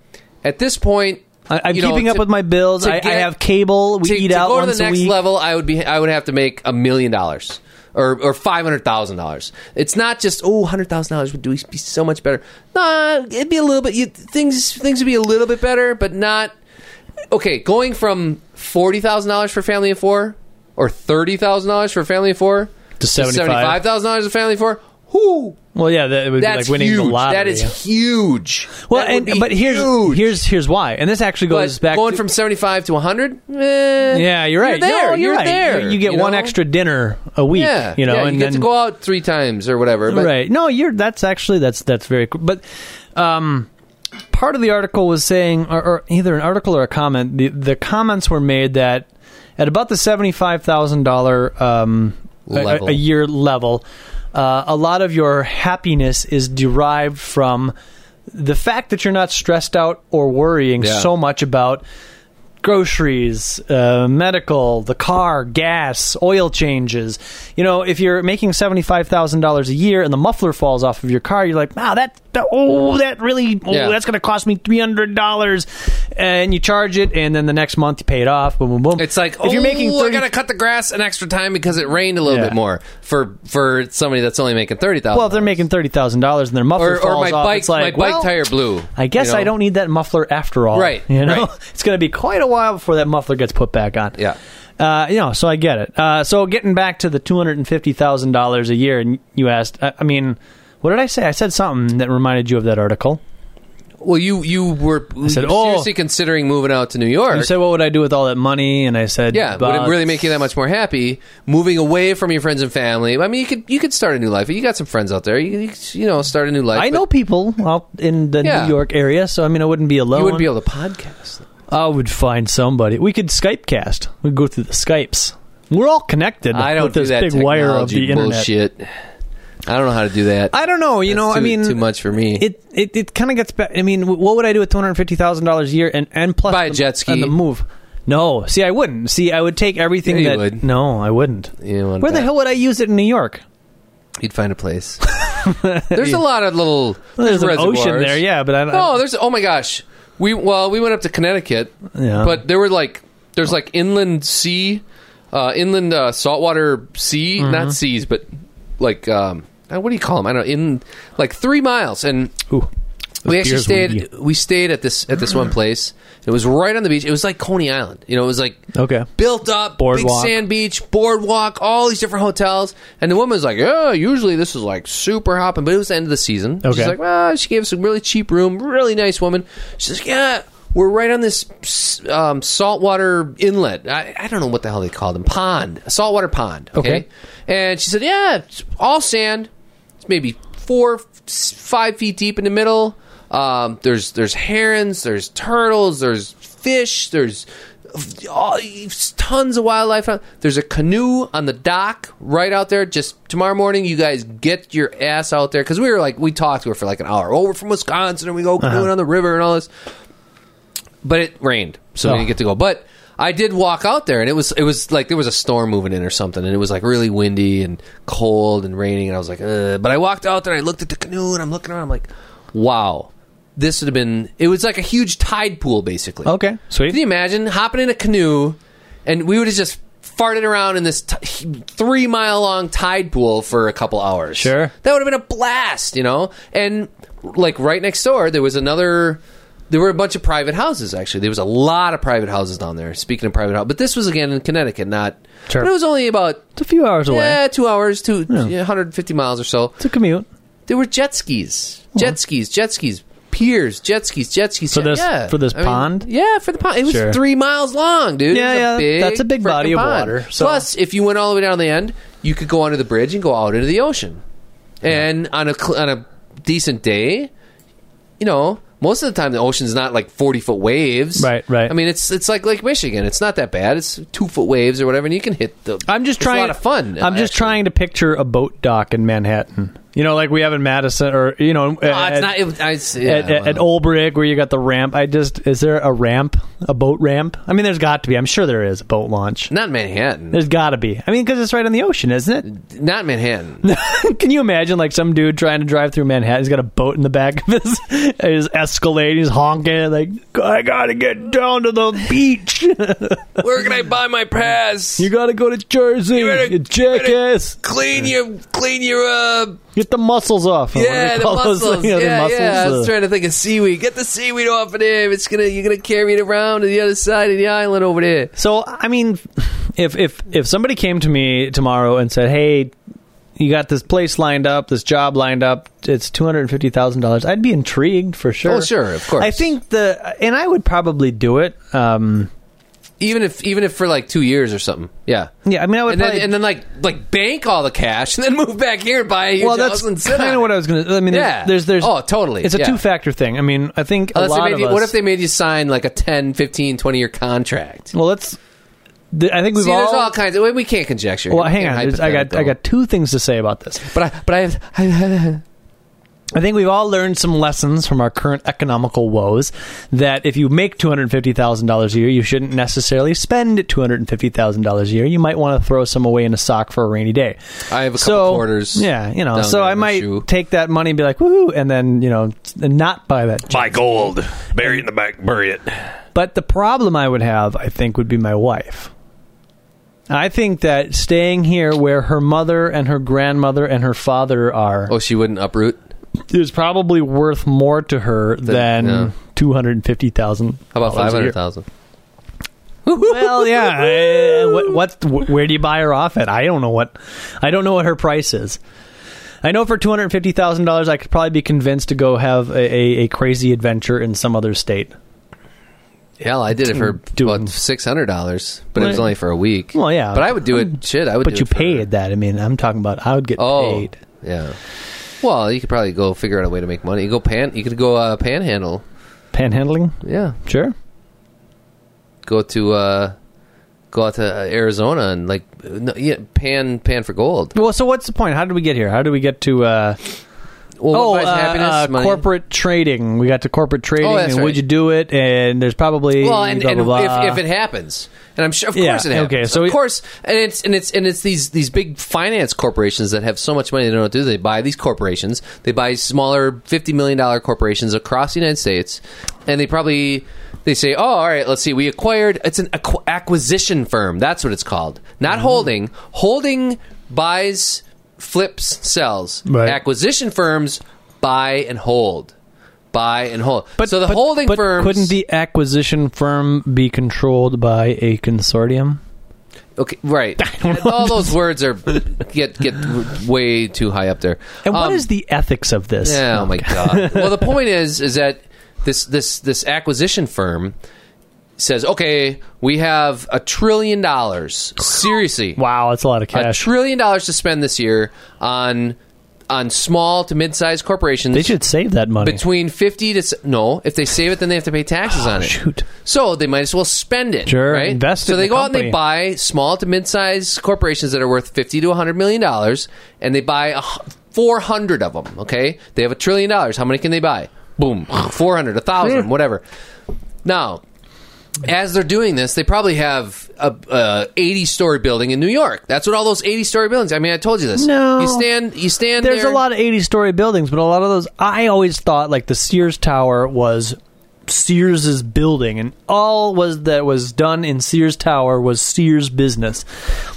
at this point,
I, I'm
you know,
keeping up
to-
with my bills.
to
I, I
get-
have cable. We
to,
eat
to
out
go
once
to the
a
next
week.
level, I would be I would have to make a million dollars or or five hundred thousand dollars. It's not just oh hundred thousand dollars would do be so much better. Nah, it'd be a little bit. You, things things would be a little bit better, but not okay. Going from forty thousand dollars for family of four or thirty thousand dollars for family of four
To 75.
five thousand dollars for family of four. Whoo,
Well, yeah, that would be
that's
like winning
huge.
the lottery.
That is huge.
well,
That would
and
be
but here's
huge.
here's here's why, and this actually
But
goes back
going
to,
from seventy five to hundred. eh,
yeah, you're
You're
right.
there.
No,
you're
right.
there.
You, you get
you
one
know?
extra dinner a week.
Yeah,
you know,
yeah,
and
you get
then
to go out three times or whatever. But
right. No, you're. That's actually that's that's very. cool. But um, part of the article was saying, or, or either an article or a comment. The the comments were made that at about the seventy five thousand um a- a-
Level.
A, year level, uh, a lot of your happiness is derived from the fact that you're not stressed out or worrying
Yeah.
so much about groceries, uh, medical, the car, gas, oil changes. You know, if you're making seventy five thousand dollars a year and the muffler falls off of your car, you're like, wow, that, that- oh that really oh,
Yeah.
that's going to cost me three hundred dollars, and you charge it, and then the next month you pay it off. Boom, boom, boom.
It's like
if you're making
oh, I
thirty.
gotta cut the grass an extra time because it rained a little
Yeah.
bit more for for somebody that's only making thirty thousand.
well, if they're making thirty thousand dollars and their muffler
or, or
falls
my
off,
bike
it's like,
my bike
well,
tire blew.
I guess
you know?
I don't need that muffler after all.
Right,
You know,
right.
it's going to be quite a while before that muffler gets put back on.
Yeah.
Uh, you know, so I get it. Uh, so getting back to the two hundred and fifty thousand dollars a year, and you asked. I, I mean, what did I say? I said something that reminded you of that article.
Well, you you were
said, oh.
seriously considering moving out to New York.
You said, "What would I do with all that money?" And I said,
yeah, would
"About-
it really make you that much more happy moving away from your friends and family? I mean, you could you could start a new life. You got some friends out there. You you, could, you know start a new life.
I
but
know people out in the
Yeah.
New York area, so I mean, I wouldn't be alone.
you wouldn't be able to podcast.
I would find somebody. We could Skype cast. We'd go through the Skypes. We're all connected.
I don't
with
do
this
that
big wire of the
technology
internet.
bullshit. I don't know how to do that.
I don't know. You
That's
know, I
too-
mean,
too much for me.
It it, it kind of gets back. I mean, wh- what would I do with two hundred fifty thousand dollars a year and and plus
Buy a
the-
jet ski.
and the move? No, see, I wouldn't. See, I would take everything
Yeah, you
that.
would.
No, I wouldn't.
You know, on
Where the
that.
hell would I use it in New York?
You'd find a place. there's a lot of little.
There's an
reservoirs.
ocean there, yeah, but I don't.
Oh, there's. Oh my gosh. We well, we went up to Connecticut,
Yeah.
but there were like there's like inland sea, uh, inland uh, saltwater sea,
Mm-hmm.
not seas, but like um, uh, what do you call them? I don't know. In like three miles, and
Ooh.
we actually
beer's
stayed.
weedy.
We stayed at this at this one place. It was right on the beach. It was like Coney Island. You know, it was like
Okay.
built up
Boardwalk.
big sand beach boardwalk all these different hotels and the woman was like yeah usually this is like super hopping but it was the end of the season
Okay.
she's like well she gave us a really cheap room really nice woman she's like yeah we're right on this um, saltwater inlet I, I don't know what the hell they call them pond a saltwater pond okay?
Okay.
and she said yeah it's all sand it's maybe four s- five feet deep in the middle um, there's there's herons there's turtles there's fish there's f- all- tons of wildlife out- there's a canoe on the dock right out there just tomorrow morning you guys get your ass out there because we were like we talked to her for like an hour oh we're from wisconsin and we go canoeing on the river and all this but it rained, so
Oh.
we didn't get to go. But I did walk out there, and it was it was like there was a storm moving in or something, and it was like really windy and cold and raining, and I was like, Ugh. but I walked out there, and I looked at the canoe, and I'm looking around, I'm like, wow, this would have been. It was like a huge tide pool, basically.
Okay, sweet.
Can you imagine hopping in a canoe, and we would have just farted around in this t- three mile long tide pool for a couple hours?
Sure.
that would have been a blast, you know. And like right next door, there was another. There were a bunch of private houses. Actually, there was a lot of private houses down there. Speaking of private houses, but this was again in Connecticut, not.
Sure.
But it was only about
It's a few hours away.
yeah, two hours, two hundred and fifty miles or so.
It's a commute.
There were jet skis, jet skis, jet skis. piers, jet skis, jet skis.
For
jet-
this-
yeah.
for this
I mean,
pond?
yeah, for the pond. It was
Sure.
three miles long, dude. It
Yeah,
was
yeah, that's a big
frickin'
body of
pond.
water, so-
Plus, if you went all the way down the end, you could go under the bridge and go out into the ocean. And on a cl- on a decent day, you know, most of the time the ocean's not like forty foot waves.
Right, right.
I mean, it's it's like Lake Michigan. It's not that bad. It's two foot waves or whatever, and you can hit the.
I'm just
it's
trying
A lot of fun.
I'm just
actually.
trying to picture a boat dock in Manhattan. You know, like we have in Madison, or you know,
No, Oh, it's not. It, I, it's- yeah,
at, at, at
well.
Olbrich where you got the ramp. I just is there a ramp, a boat ramp? I mean, there's got to be. I'm sure there is a boat launch.
Not Manhattan.
There's got to be. I mean, because it's right on the ocean, isn't
Not Manhattan.
it? Can you imagine like some dude trying to drive through Manhattan? He's got a boat in the back of his his Escalade. He's honking like I gotta get down to the beach.
Where can I buy my pass?
you gotta go to Jersey, you
better-
jackass.
clean your clean your uh
Get the muscles off. What do
yeah
they
the
call those,
muscles.
you know, the
yeah, yeah. I
muscles,
was
uh,
trying to think of seaweed. Get the seaweed off of there. It's gonna you're gonna carry it around to the other side of the island over there.
So I mean, if if if somebody came to me tomorrow and said, "Hey, you got this place lined up, this job lined up, it's two hundred and fifty thousand dollars," I'd be intrigued for sure.
Oh sure, of course.
I think the and I would probably do it. Um,
even if even if for like two years or something. Yeah.
yeah, I mean, I would.
And then,
probably,
and then like like bank all the cash and then move back here and buy a huge
well,
house and
that's
sit
kind
on
of
it.
what I was going to. I mean,
yeah.
there's, there's, there's
oh totally.
it's a
yeah.
two factor thing. I mean, I think a
Unless they
lot
made
of
you,
us.
what if they made you sign like a 10, 15, 20 year contract?
well, let's. th- I think we've
See,
all.
there's all kinds of. We can't conjecture.
well,
We
hang
can't
on. there's- I got I
hypothetical.
got two things to say about this.
But I, but I have, I have
I think we've all learned some lessons from our current economical woes that if you make $250,000 a year, you shouldn't necessarily spend $250,000 a year. You might want to throw some away in a sock for a rainy day.
I have a couple
so,
quarters.
Yeah, you know,
down
so
there
I
in my
might
shoe.
take that money and be like, woohoo, and then, you know, and not buy that.
Buy gold. Bury it in the back. Bury it.
But the problem I would have, I think, would be my wife. I think that staying here where her mother and her grandmother and her father are
Oh, she wouldn't uproot.
is probably worth more to her than
yeah.
two hundred and fifty thousand.
How about five hundred thousand?
Well, yeah. uh, what, what's wh- where do you buy her off at? I don't know what. I don't know what her price is. I know for two hundred fifty thousand dollars, I could probably be convinced to go have a, a, a crazy adventure in some other state.
Hell, I did it for
Do-
about six hundred dollars, but it was
Well,
only for a week.
well, yeah.
but I would do it. Shit, I would.
But
do
you
it for-
paid that. I mean, I'm talking about. I would get
Oh,
paid.
yeah. Well, you could probably go figure out a way to make money. You go pan. You could go uh, panhandle.
Panhandling,
Yeah,
sure.
go to uh, go out to uh, Arizona and like uh, no, yeah, pan pan for gold.
Well, so what's the point? How did we get here? How did we get to? Uh,
Well,
oh,
what buys
uh,
happiness?
uh,
Money. Oh,
corporate trading. We got to corporate trading,
that's
and
right.
would you do it? And there's probably
Well, and,
blah,
and
blah, blah.
If, if it happens, and I'm sure, of
Yeah,
course, it happens.
okay, so
of
it-
course, and it's and it's and it's these these big finance corporations that have so much money they don't know what to do. They buy these corporations, they buy smaller fifty million dollar corporations across the United States, and they probably they say, "Oh, all right, let's see, we acquired." It's an acqu- acquisition firm. That's what it's called, not
Mm-hmm.
holding. Holding buys, flips, sells.
Right.
Acquisition firms buy and hold. Buy and hold. But so the holding
but
firms
couldn't the acquisition firm be controlled by a consortium?
Okay, right. All those words are get get way too high up there.
And what
Um,
is the ethics of this?
yeah, oh my god. well, the point is, is that this this this acquisition firm says, okay, we have a trillion dollars. Seriously,
Wow, that's a lot of
a
cash.
trillion dollars to spend this year on on small to mid sized corporations.
they should save that money.
between fifty to s- no, if they save it, then they have to pay taxes on it.
Oh, shoot.
So they might as well spend it.
Sure,
right?
invest
So
in
they
the
go out and
company.
they buy small to mid-sized corporations that are worth fifty to hundred million dollars, and they buy a hu- four hundred of them. Okay, they have a trillion dollars. How many can they buy? Boom, four hundred, a thousand, whatever. Now, as they're doing this, they probably have a, a eighty-story building in New York. That's what all those eighty-story buildings. I mean, I told you this.
No.
you stand, you stand.
There's
there-
a lot of 80 story buildings, but a lot of those I always thought like the Sears Tower was Sears's building and all was that was done in Sears Tower was Sears business.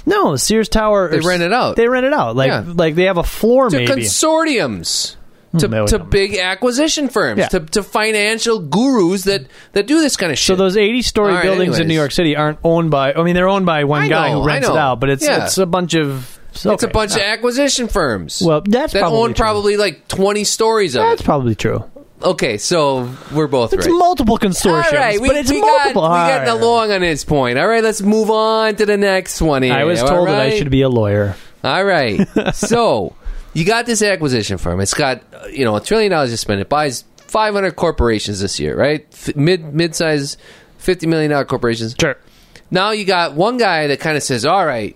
No, Sears Tower
They rent it out.
They rent it out. Like
Yeah.
like they have a floor
to
maybe. Hmm,
consortiums to,
no,
to
no.
big acquisition firms
Yeah.
to, to financial gurus that that do this kind of shit
So those eighty-story
All right,
buildings in
anyways.
New York City aren't owned by. I mean, they're owned by one
I
guy
know,
who
I
rents it
know.
out, but it's
Yeah.
it's a bunch of.
it's a bunch of acquisition firms
Well, that's
that
probably
own
true.
probably like 20 stories of
That's
it
probably true.
okay, so we're both
It's
right.
multiple consortiums,
we,
but it's
we
multiple.
Got, we
All
got
right.
along on his point. All right, let's move on to the next one. Here.
I was told that I should be a lawyer.
All right, so you got this acquisition firm. It's got uh, you know a trillion dollars to spend. It buys 500 corporations this year, right? F- mid mid-size, 50 million dollar corporations.
Sure.
Now you got one guy that kind of says, "All right,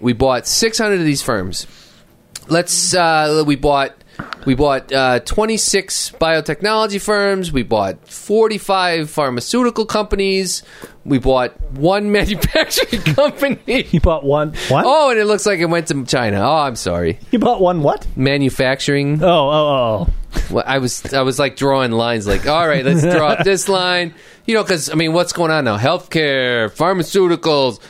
we bought 600 of these firms. Let's uh, we bought we bought uh, 26 biotechnology firms. We bought 45 pharmaceutical companies. We bought one manufacturing company.
You bought one. What?
Oh, and it looks like it went to China. Oh, I'm sorry.
You bought one what?
Manufacturing.
Oh, oh, oh.
Well, I was I was like drawing lines. Like, all right, let's draw up this line. You know, because I mean, what's going on now? Healthcare, pharmaceuticals,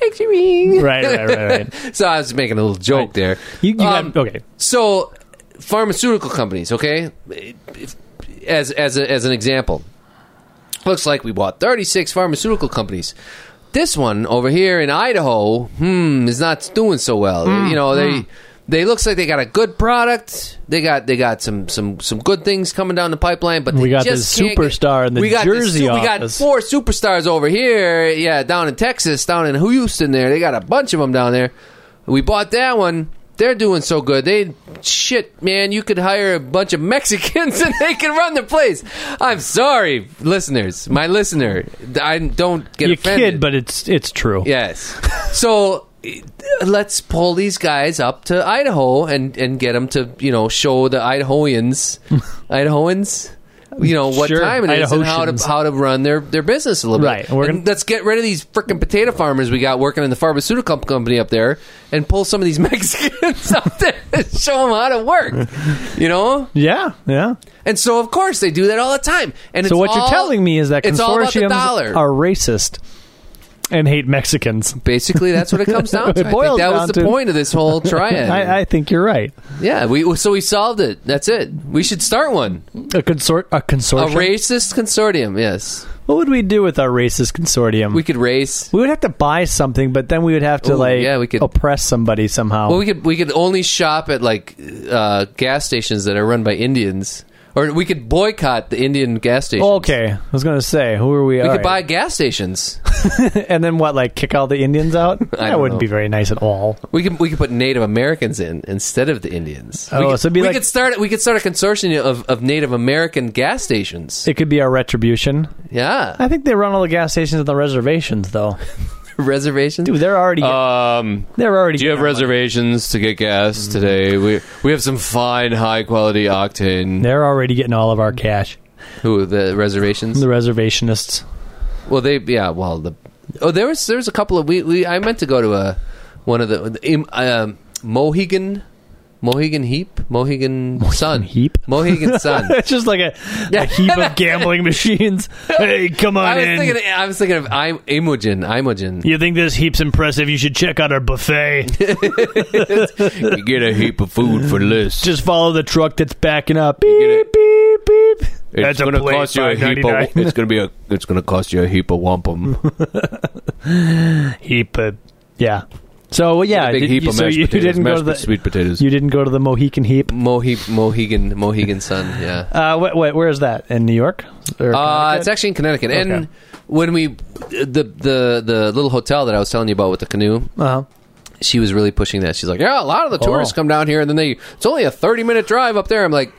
manufacturing.
Right, right, right, right.
so I was making a little joke
Right.
there.
You, you
Um,
got, okay.
So, pharmaceutical companies, okay, If- as as a, as an example, looks like we bought thirty six pharmaceutical companies. This one over here in Idaho, hmm, is not doing so well.
Hmm,
you know, they they looks like they got a good product. They got they got some some some good things coming down the pipeline, but
We
they
got
just
this
can't get-
superstar in the
we got this
Jersey
su-
office.
We got four superstars over here. Yeah, down in Texas, down in Houston. There, they got a bunch of them down there. We bought that one. They're doing so good. They shit, man. You could hire a bunch of Mexicans and they can run the place. I'm sorry, listeners. My listener, I don't get
You
offended.
kid, but it's it's true.
Yes. So eh, let's pull these guys up to Idaho and and get them to you know show the Idahoans, Idahoans, you know what
Sure,
time it is and how
Idahotians.
to how to run their their business a little
Right,
bit.
and we're
And
gonna-
let's get rid of these freaking potato farmers we got working in the pharmaceutical com- company up there and pull some of these Mexicans up there and show them how to work. You know.
Yeah, yeah.
And so of course they do that all the time. And
So
it's
what you're
all-
telling me is that
it's all about the
consortiums
dollar.
are racist and hate Mexicans.
Basically, that's what it comes down to.
It
I think
boils
that was
down
the
to-
point of this whole triad.
I, I think you're right.
Yeah, we so we solved it. That's it. We should start one.
A consort a
A
consortium.
racist consortium. Yes,
what would we do with our racist consortium?
we
We,
could race.
would have to buy something, but then we would have to
Ooh,
like
yeah, we could-
oppress somebody somehow.
Well, we could we could only shop at like uh, gas stations that are run by Indians, or we could boycott the Indian gas stations.
okay, I was gonna say, who are we?
we could buy gas stations.
and then what? Like kick all the Indians out? that
don't
wouldn't
know.
be very nice at all.
We could we could put Native Americans in instead of the Indians. we
Oh,
could,
so it'd be
we
like-
could start we could start a consortium of, of Native American gas stations.
It could be our retribution.
yeah,
I think they run all the gas stations on the reservations, though.
reservations.
Dude, they're already
um,
they're already.
Do you have
getting our money.
reservations to get gas
Mm-hmm.
today? We we have some fine, high quality octane.
They're already getting all of our cash.
Who the reservations?
The reservationists.
Well, they yeah. Well, the oh, there was there was a couple of we, we I meant to go to a one of the im- um, Mohegan Mohegan Heap Mohegan Sun
Heap?
Mohegan Sun.
It's just like a, a heap of gambling machines. Hey, come on
I was
in.
thinking I was thinking of I'm Imogen Imogen.
you think this heap's impressive? You should check out our buffet.
You get a heap of food for less.
just follow the truck that's backing up. Beep,
get
beep, beep.
It's
That's a plate, $5.99.
It's gonna be a. It's gonna cost you a heap of wampum.
Heap of, yeah. So well, yeah,
a big
did-
heap
you,
of
so
mashed
you
potatoes,
didn't go
mashed
to the
sweet potatoes.
you didn't go to the Mohican heap.
Mohe- Mohegan Mohegan Sun. Yeah.
Uh, wait, wait, where is that in New York?
Uh,
Or Connecticut?
it's actually in Connecticut, and
Okay.
when we the the the little hotel that I was telling you about with the canoe,
uh-huh.
she was really pushing that. She's like, "Yeah, a lot of the tourists
Oh.
come down here, and then they it's only a thirty minute drive up there." I'm like,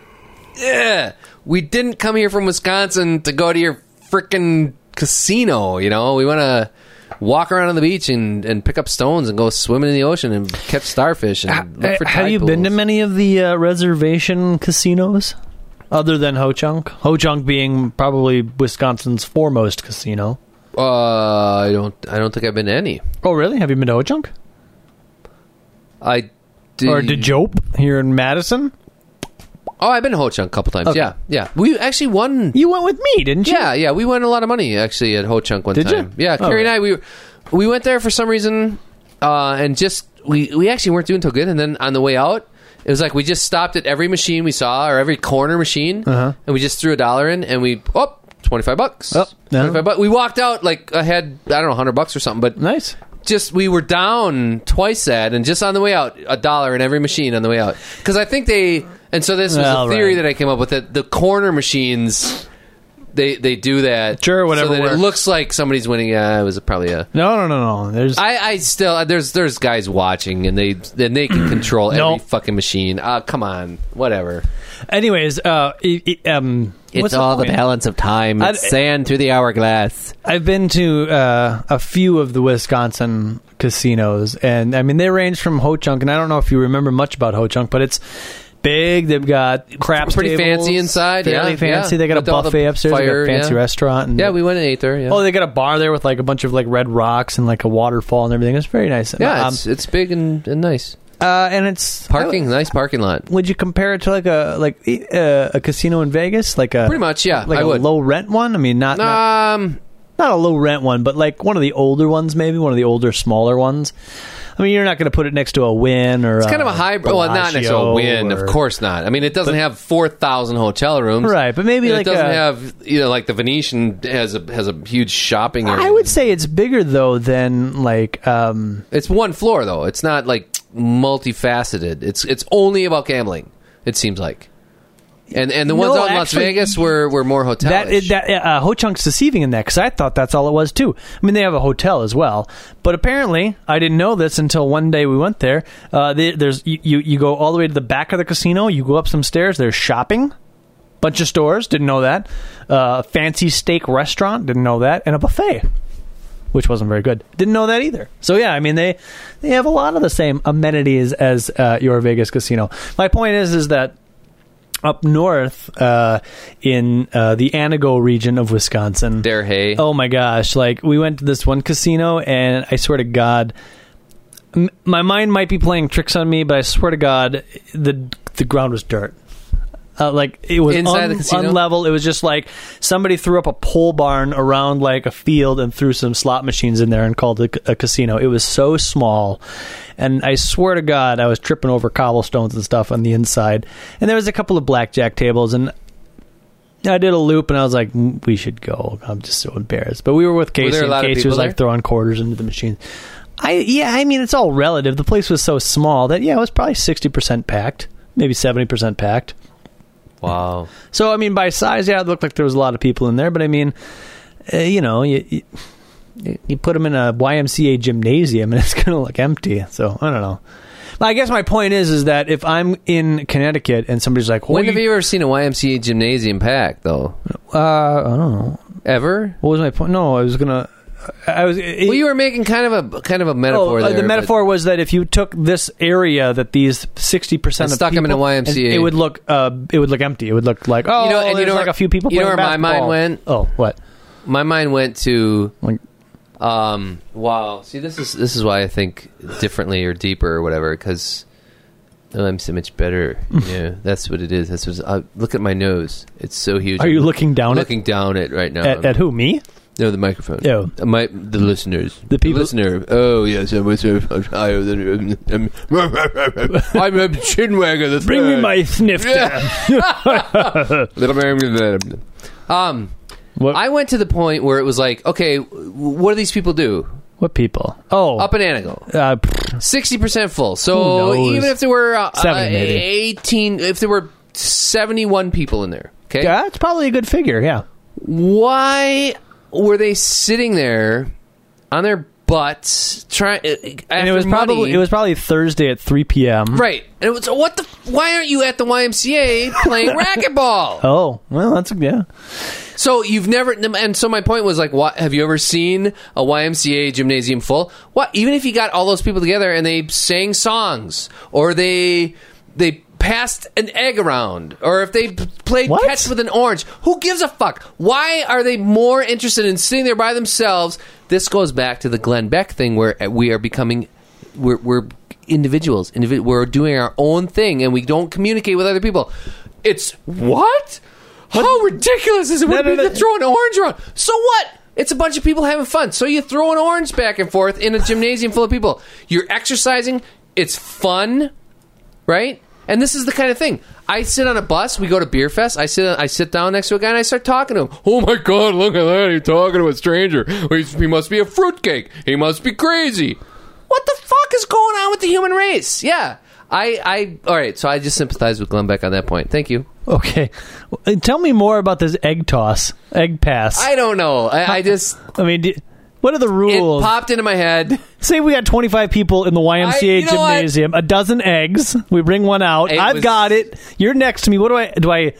"Yeah, we didn't come here from Wisconsin to go to your freaking casino. You know, we want to." Walk around on the beach and, and pick up stones and go swimming in the ocean and catch starfish and look for
eh, have
tide
you been to
pools.
many of the uh, reservation casinos other than Ho Chunk? Ho Chunk being probably Wisconsin's foremost casino.
Uh, I don't. I don't think I've been to any.
Oh, really? Have you been to Ho Chunk
I did.
or to Jope here in Madison?
Oh, I've been to Ho Chunk a couple times.
Okay.
Yeah, yeah. We actually won.
You went with me, didn't you?
Yeah, yeah. We won a lot of money actually at Ho Chunk one
Did you?
time. Yeah,
Oh,
Carrie and
right.
I we were- we went there for some reason, uh, and just we we actually weren't doing so good. And then on the way out, it was like we just stopped at every machine we saw or every corner machine,
Uh-huh.
and we just threw a dollar in, and we oh. 25 bucks.
Oh, no.
25 bucks. We walked out like ahead, I don't know, 100 bucks or something, but
Nice.
just we were down twice that, and just on the way out, a dollar in every machine on the way out. Because I think they, And so this was a
Well,
theory
right.
that I came up with that the corner machines they they do that
Sure,
so
whatever
that it
works.
looks like somebody's winning. Uh, it was probably a.
No, no, no, no. There's
I, I still there's there's guys watching and they and they can control
No.
every fucking machine. Uh, come on, whatever.
anyways. Uh, i i- um, what's point?
balance of time.
It's I'd-
sand through the hourglass.
I've been to uh, a few of the Wisconsin casinos, and I mean they range from Ho Chunk, and I don't know if you remember much about Ho Chunk, but it's big. They've got craps,
Pretty
tables,
fancy inside, yeah,
fairly fancy.
yeah.
They got
With all
a
the
buffet upstairs, they got
fire,
a fancy
yeah.
restaurant. And
Yeah, we went and ate there. Yeah,
oh, they got a bar there with like a bunch of like red rocks and like a waterfall and everything. It's very nice.
yeah,
um,
it's, it's big and, and nice.
uh, and it's
Parking, nice parking lot.
Would you compare it to like a like uh, a casino in Vegas, like a
Pretty much, yeah.
like
I
a
would.
low rent one? I mean, not, not
um,
not a low rent one, but like one of the older ones, maybe one of the older, smaller ones. I mean, you're not going to put it next to a win or
It's kind of a hybrid. Well, not next to a win, of course not. I mean, it doesn't have four thousand hotel rooms,
Right, but maybe
And
like uh,
it doesn't
a-
have you know like the Venetian has a has a huge shopping area.
I would say it's bigger though than like um,
it's one floor though. It's not like multifaceted. It's it's only about gambling. It seems like, and and the ones
No,
out in Las
actually,
Vegas were were more hotel.
that. It, that uh, Ho Chunk's deceiving in that because I thought that's all it was too. I mean, they have a hotel as well, but apparently I didn't know this until one day we went there. Uh, they, there's you, you you go all the way to the back of the casino. You go up some stairs. There's shopping. Bunch of stores, didn't know that. Uh, fancy steak restaurant, didn't know that, and a buffet. which wasn't very good. Didn't know that either. So yeah, I mean they they have a lot of the same amenities as uh, your Vegas casino. My point is is that up north uh, in uh, the Anago region of Wisconsin,
Dare Hay.
Oh my gosh! Like we went to this one casino, and I swear to God, m- my mind might be playing tricks on me, but I swear to God, the the ground was dirt. Uh, like it was
Inside the
un-
casino?
unlevel. It was just like somebody threw up a pole barn around like a field and threw some slot machines in there and called it a casino. It was so small, and I swear to God, I was tripping over cobblestones and stuff on the inside. And there was a couple of blackjack tables, and I did a loop and I was like, "Mm, we should go. I'm just so embarrassed. But we were with Casey.
there a lot of
and Casey was
people
like
there?
throwing quarters into the machine. I yeah, I mean it's all relative. The place was so small that yeah, it was probably sixty percent packed, maybe seventy percent packed.
Wow.
So I mean, by size, yeah, it looked like there was a lot of people in there. But I mean, uh, you know, you, you you put them in a YMCA gymnasium, and it's going to look empty. So I don't know. But I guess my point is, is that if I'm in Connecticut and somebody's like,
When
"What
have
do
you ever seen a YMCA gymnasium packed though?
Uh, I don't know.
Ever?
What was my point? No, I was gonna. I was. it-
Well, you were making kind of a kind of a
oh,
metaphor.
uh,
there,
the
but-
metaphor was that if you took this area that these sixty percent
And
of
stuck 'em in
people-
a YMCA.
and it would look. Uh, it would look empty. It would look like oh,
You know- and you
there's
know
like
where-
a few people.
you know
playing
where my mind
basketball.
went?
Oh, what?
my mind went to
Like-
um wow see this is this is why i think differently or deeper or whatever because oh, i'm so much better yeah that's what it is that's what uh, look at my nose it's so huge
Are you looking down
I'm
at-
looking down at right now
At, at who? Me?
no the microphone
Oh.
Uh, my the listeners
The people-
listener oh yes i'm so much higher than i'm i'm a chin wagger the
Bring me
third.
my snifter.
Little man with the- um
What?
i went to the point where it was like okay w- what do these people do
what people? Oh,
up in Anago.
uh, pfft,
sixty percent full.
Who
So
knows?
even if there were uh,
Seven,
uh,
maybe.
eighteen, if there were seventy-one people in there, okay,
yeah, that's probably a good figure. Yeah.
why were they sitting there on their butts uh, trying? And
And it was probably it was probably Thursday at three p.m.
right. And it was so what the? Why aren't you at the YMCA playing racquetball?
Oh, well, that's yeah.
So you've never, and so my point was like, what, have you ever seen a YMCA gymnasium full? What even if you got all those people together and they sang songs or they they passed an egg around or if they p- played
What?
catch with an orange? Who gives a fuck? Why are they more interested in sitting there by themselves? This goes back to the Glenn Beck thing where uh, we are becoming we're, we're individuals. Indivi- we're doing our own thing and we don't communicate with other people. It's what? How ridiculous is it? What
No,
if
no,
you
no.
throw an orange around? So what? It's a bunch of people having fun. So you throw an orange back and forth in a gymnasium full of people. You're exercising. It's fun, right? And this is the kind of thing. I sit on a bus. We go to beer fest. I sit. I sit down next to a guy and I start talking to him. Oh my god! Look at that. He's talking to a stranger. He he must be a fruitcake. He must be crazy. What the fuck is going on with the human race? Yeah. I, I, all right. So I just sympathize with Glenn Beck on that point. Thank you.
Okay, Well, and tell me more about this egg toss, egg pass. I,
I don't know. I, I just
mean, do, what are the
it
rules?
popped into my head.
Say we got 25 people in the YMCA
I- you know what?
gymnasium, a dozen eggs. We bring one out.
It
I've
was-
got it. You're next to me. What do I do? I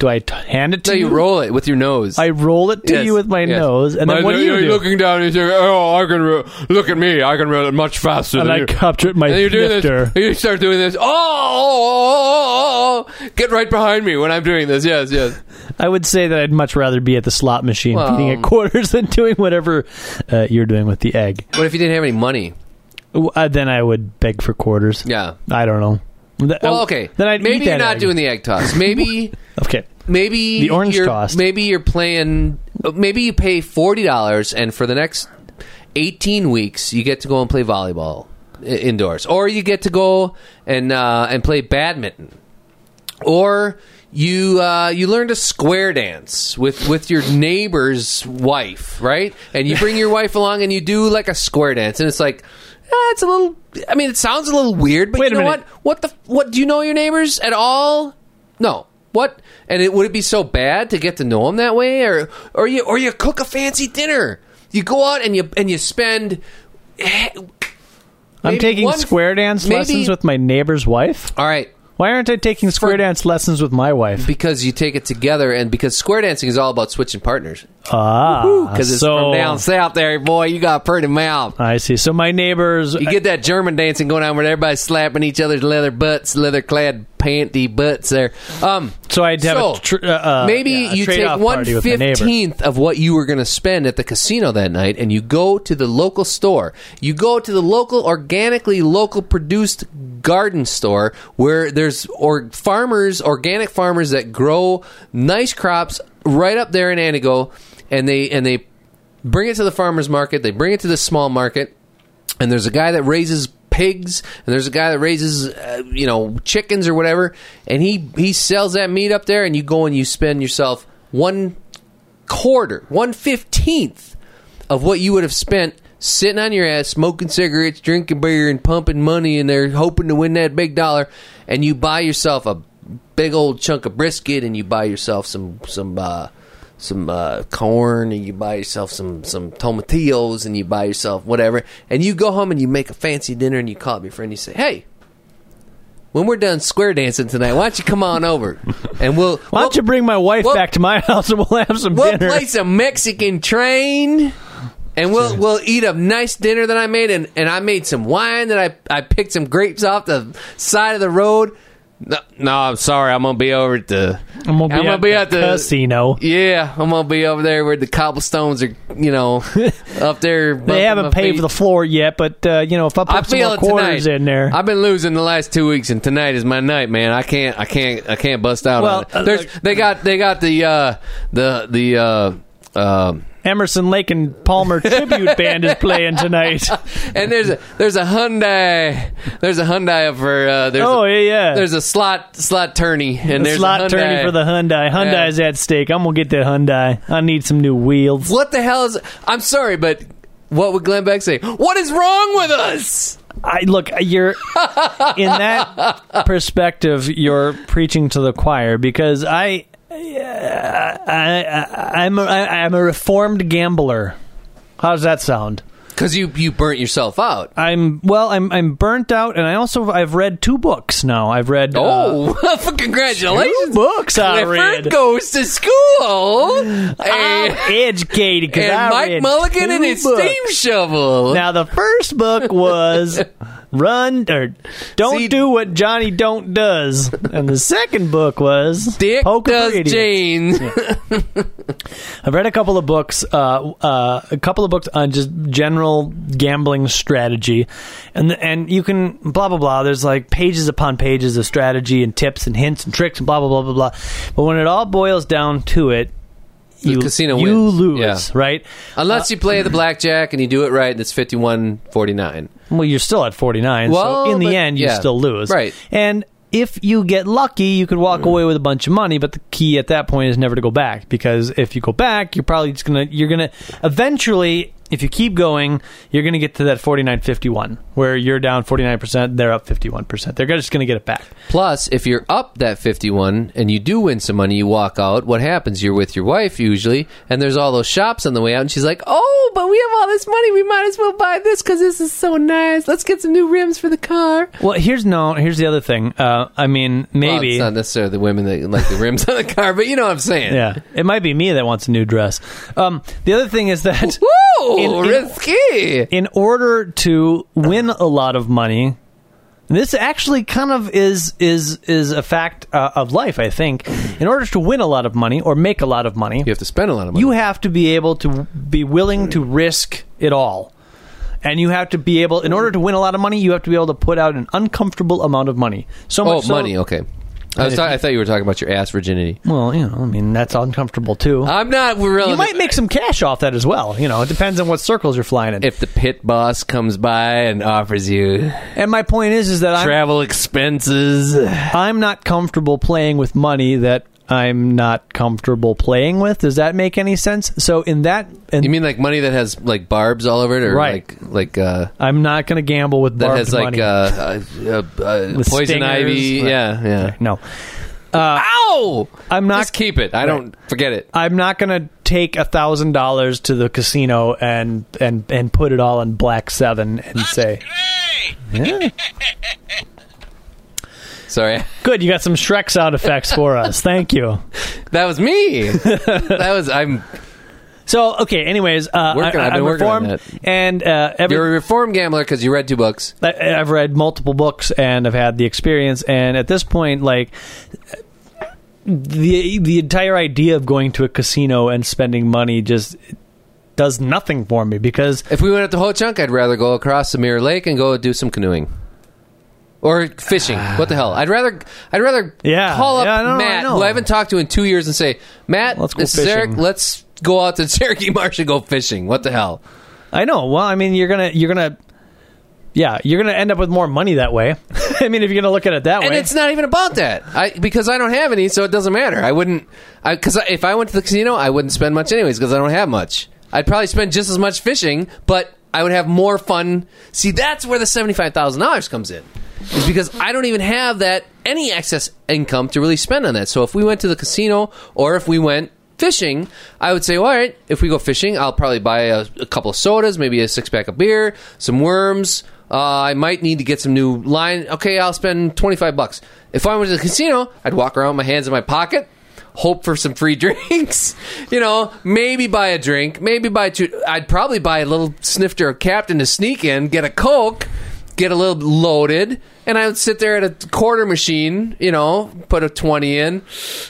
do I t- hand it to
So you
you?
roll it with your nose.
I roll it to
Yes,
you with my
yes.
nose, and
But
then what do
you're
you do?
looking down and you say, "Oh, I can re- look at me. I can run it much faster
and
than
I
you."
capture it my
and you do this.
lifter.
and You start doing this. Oh, oh, oh, oh, oh, get right behind me when I'm doing this. Yes, yes.
I would say that I'd much rather be at the slot machine
Well-
feeding it quarters than doing whatever uh, you're doing with the egg.
What if you didn't have any money?
W- Uh, then I would beg for quarters.
Yeah.
I don't know. Th-
Well,
I-
okay.
Then I'd
maybe
eat
you're
that
not
egg.
doing the egg toss. Maybe,
Okay.
maybe
The orange
you're,
toss.
Maybe you're playing. Maybe you pay forty dollars, and for the next eighteen weeks, you get to go and play volleyball i- indoors, or you get to go and uh, and play badminton, or you uh, you learn to square dance with with your neighbor's wife, right? And you bring your wife along, and you do like a square dance, and it's like. eh, it's a little. I mean, it sounds a little weird, but
Wait a
you know
minute.
what? What the? What do you know your neighbors at all? No. What? And it would it be so bad to get to know them that way, or or you or you cook a fancy dinner? You go out and you and you spend. eh,
I'm
Maybe
taking
one-
square dance
maybe-
lessons with my neighbor's wife.
All right,
Why aren't I taking square dance lessons with my wife?
because you take it together, and because square dancing is all about switching partners.
Ah,
Because it's
so, Uh,
from down south, there, boy. You got pretty mouth.
I see. So my neighbors.
You get that German dancing going on where everybody's slapping each other's leather butts, leather clad panty butts. There. Um.
So I'd have
So,
a tr- uh, uh,
maybe
yeah, a
you take
trade-off
one
party with my neighbor.
fifteenth of what you were going to spend at the casino that night, and you go to the local store. You go to the local, organically local produced garden store where there's or farmers, organic farmers that grow nice crops right up there in Antigo, and they and they bring it to the farmers market. They bring it to the small market and there's a guy that raises pigs and there's a guy that raises uh, you know chickens or whatever and he he sells that meat up there and you go and you spend yourself one quarter one fifteenth of what you would have spent sitting on your ass smoking cigarettes drinking beer and pumping money in there hoping to win that big dollar and you buy yourself a big old chunk of brisket and you buy yourself some some uh some uh, corn and you buy yourself some some tomatillos and you buy yourself whatever and you go home and you make a fancy dinner and you call up your friend and you say hey when we're done square dancing tonight why don't you come on over and we'll
Why don't you bring my wife
Well-
back to my house and we'll have some
we'll
dinner?
place a Mexican train, and we'll we'll eat a nice dinner that I made, and, and I made some wine that I I picked some grapes off the side of the road. No, no I'm sorry, I'm gonna be over at the
I'm gonna be,
I'm gonna
at,
be
the
at the-
casino.
yeah, I'm gonna be over there where the cobblestones are, you know, up there.
They haven't paid for the floor yet, but uh, you know if I put
I
some
feel
more
it
quarters
tonight.
in there,
I've been losing the last two weeks, and tonight is my night, man. I can't, I can't, I can't bust out
Well, uh,
on it. There's, they got, they got the, uh, the, the. Uh, um,
Emerson Lake and Palmer tribute band is playing tonight.
and there's a there's a Hyundai there's a Hyundai up for uh, there's
oh
a,
yeah, yeah.
there's a slot slot tourney and there's
slot
a Hyundai.
tourney for the Hyundai. Hyundai's at stake. I'm gonna get that Hyundai. I need some new wheels.
what the hell is I'm sorry but what would Glenn Beck say what is wrong with us
I look, you're in that perspective. You're preaching to the choir because I, I, I I'm a, I, I'm a reformed gambler. How does that sound?
because you you burnt yourself out
I'm well. I'm I'm burnt out, and I also I've read two books now. I've read uh,
oh
two
congratulations
books I
Clifford
read.
goes to school
I'm
and,
educated because
and
I
Mike
read
Mulligan
two
and his
books.
steam shovel
Now the first book was Run or Don't
See-
Do What Johnny Don't Does, and the second book was
Dick
Poker for
does
Idiots.
Jane
I've read a couple of books, uh, uh, a couple of books on just general gambling strategy, and and you can blah blah blah. There's like pages upon pages of strategy and tips and hints and tricks and blah blah blah blah blah. But when it all boils down to it, you
casino
you
wins.
lose,
Yeah.
right?
unless you play the blackjack and you do it right and it's fifty one forty nine.
Well, you're still at 49,
Well,
so in the
but-
end, you
yeah.
still lose.
Right. Mm.
And if you get lucky, you could walk away with a bunch of money, but the key at that point is never to go back because if you go back, you're probably just going to, you're going to eventually if you keep going, you're going to get to that 49.51 where you're down 49%, they're up 51%. They're just going to get it back.
Plus, if you're up that 51 and you do win some money, you walk out. What happens? You're with your wife usually, and there's all those shops on the way out, and she's like, "Oh, but we have all this money. We might as well buy this because this is so nice. Let's get some new rims for the car."
Well, here's no, here's the other thing. Uh, I mean,
Well,
maybe
it's not necessarily the women that like the rims on the car, but you know what I'm saying.
yeah, it might be me that wants a new dress. Um, the other thing is that
Woo,
In- in-
risky.
in order to win a lot of money this actually kind of is is is a fact uh, of life i think in order to win a lot of money or make a lot of money
you have to spend a lot of money.
you have to be able to be willing to risk it all and you have to be able in order to win a lot of money you have to be able to put out an uncomfortable amount of money so
oh,
much so-
money. Okay. I, was
if
ta- I thought you were talking about your ass virginity.
well you know i mean that's uncomfortable too
I'm not really.
you might make some cash off that as well you know it depends on what circles you're flying in
if the pit boss comes by and offers you
and my point is is that i'm
travel expenses.
I'm not comfortable playing with money that I'm not comfortable playing with. Does that make any sense? So in that, in,
You mean like money that has like barbs all over it, or
Right.
like like uh,
I'm not going to gamble with
that
barbed
has like
money.
uh, uh, uh, uh,
With
poison
stingers,
ivy?
right. Uh,
Yeah, yeah.
no,
Ow!
I'm not.
Just keep it. I don't forget it.
I'm not going to take a thousand dollars to the casino and and and put it all in black seven and say, yeah,
Sorry,
good. You got some Shrek sound effects for us. Thank you.
that was me. that was I'm.
So okay. Anyways, uh,
Working-
I,
I've been
am
working on
reformed,
that.
and uh, every,
You're a reform gambler because you read two books.
I- I've read multiple books and I've had the experience, and at this point, like the the entire idea of going to a casino and spending money just does nothing for me because
If we went up to Ho Chunk, I'd rather go across the Mirror Lake and go do some canoeing. Or fishing. What the hell? I'd rather I'd rather
Ah. Yeah.
call up
Yeah, I know, I
Matt,
know.
who I haven't talked to in two years, and say, Matt,
Let's go
this is Eric.
fishing."
Let's go out to Cherokee Marsh and go fishing. What the hell?
I know. Well, I mean, you're gonna you're gonna yeah, you're gonna end up with more money that way. I mean, if you're gonna look at it that
And
way,
it's not even about that. I because I don't have any, so it doesn't matter. I wouldn't. I because I, if I went to the casino, I wouldn't spend much anyways because I don't have much. I'd probably spend just as much fishing, but I would have more fun. See, that's where the seventy five thousand dollars comes in, is because I don't even have that any excess income to really spend on that. So if we went to the casino or if we went fishing, I would say, all right, if we go fishing, I'll probably buy a, a couple of sodas, maybe a six pack of beer, some worms. Uh, I might need to get some new line. Okay, I'll spend 25 bucks. If I went to the casino, I'd walk around with my hands in my pocket, hope for some free drinks, you know, maybe buy a drink, maybe buy two. I'd probably buy a little snifter of Captain to sneak in, get a Coke, get a little loaded, and I would sit there at a quarter machine, you know, put a 20 in.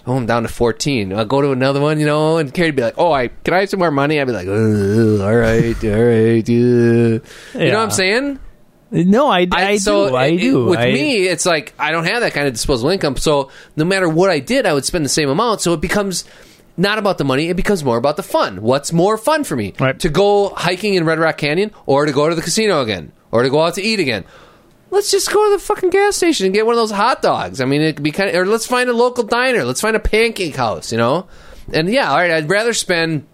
Oh, I'm down to 14. I'll go to another one, you know, and Carrie'd be like, oh, I can I have some more money? I'd be like, "Ugh, all right, all right. uh." You know what
Yeah.
I'm saying?
no, I, I,
so
do, I
it-
do.
With
I-
me, it's like I don't have that kind of disposable income. So no matter what I did, I would spend the same amount. So it becomes not about the money; it becomes more about the fun. What's more fun for me?
Right.
To go hiking in Red Rock Canyon, or to go to the casino again, or to go out to eat again. Let's just go to the fucking gas station and get one of those hot dogs. I mean, it could be kind of, or let's find a local diner. Let's find a pancake house, you know? And yeah, all right, I'd rather spend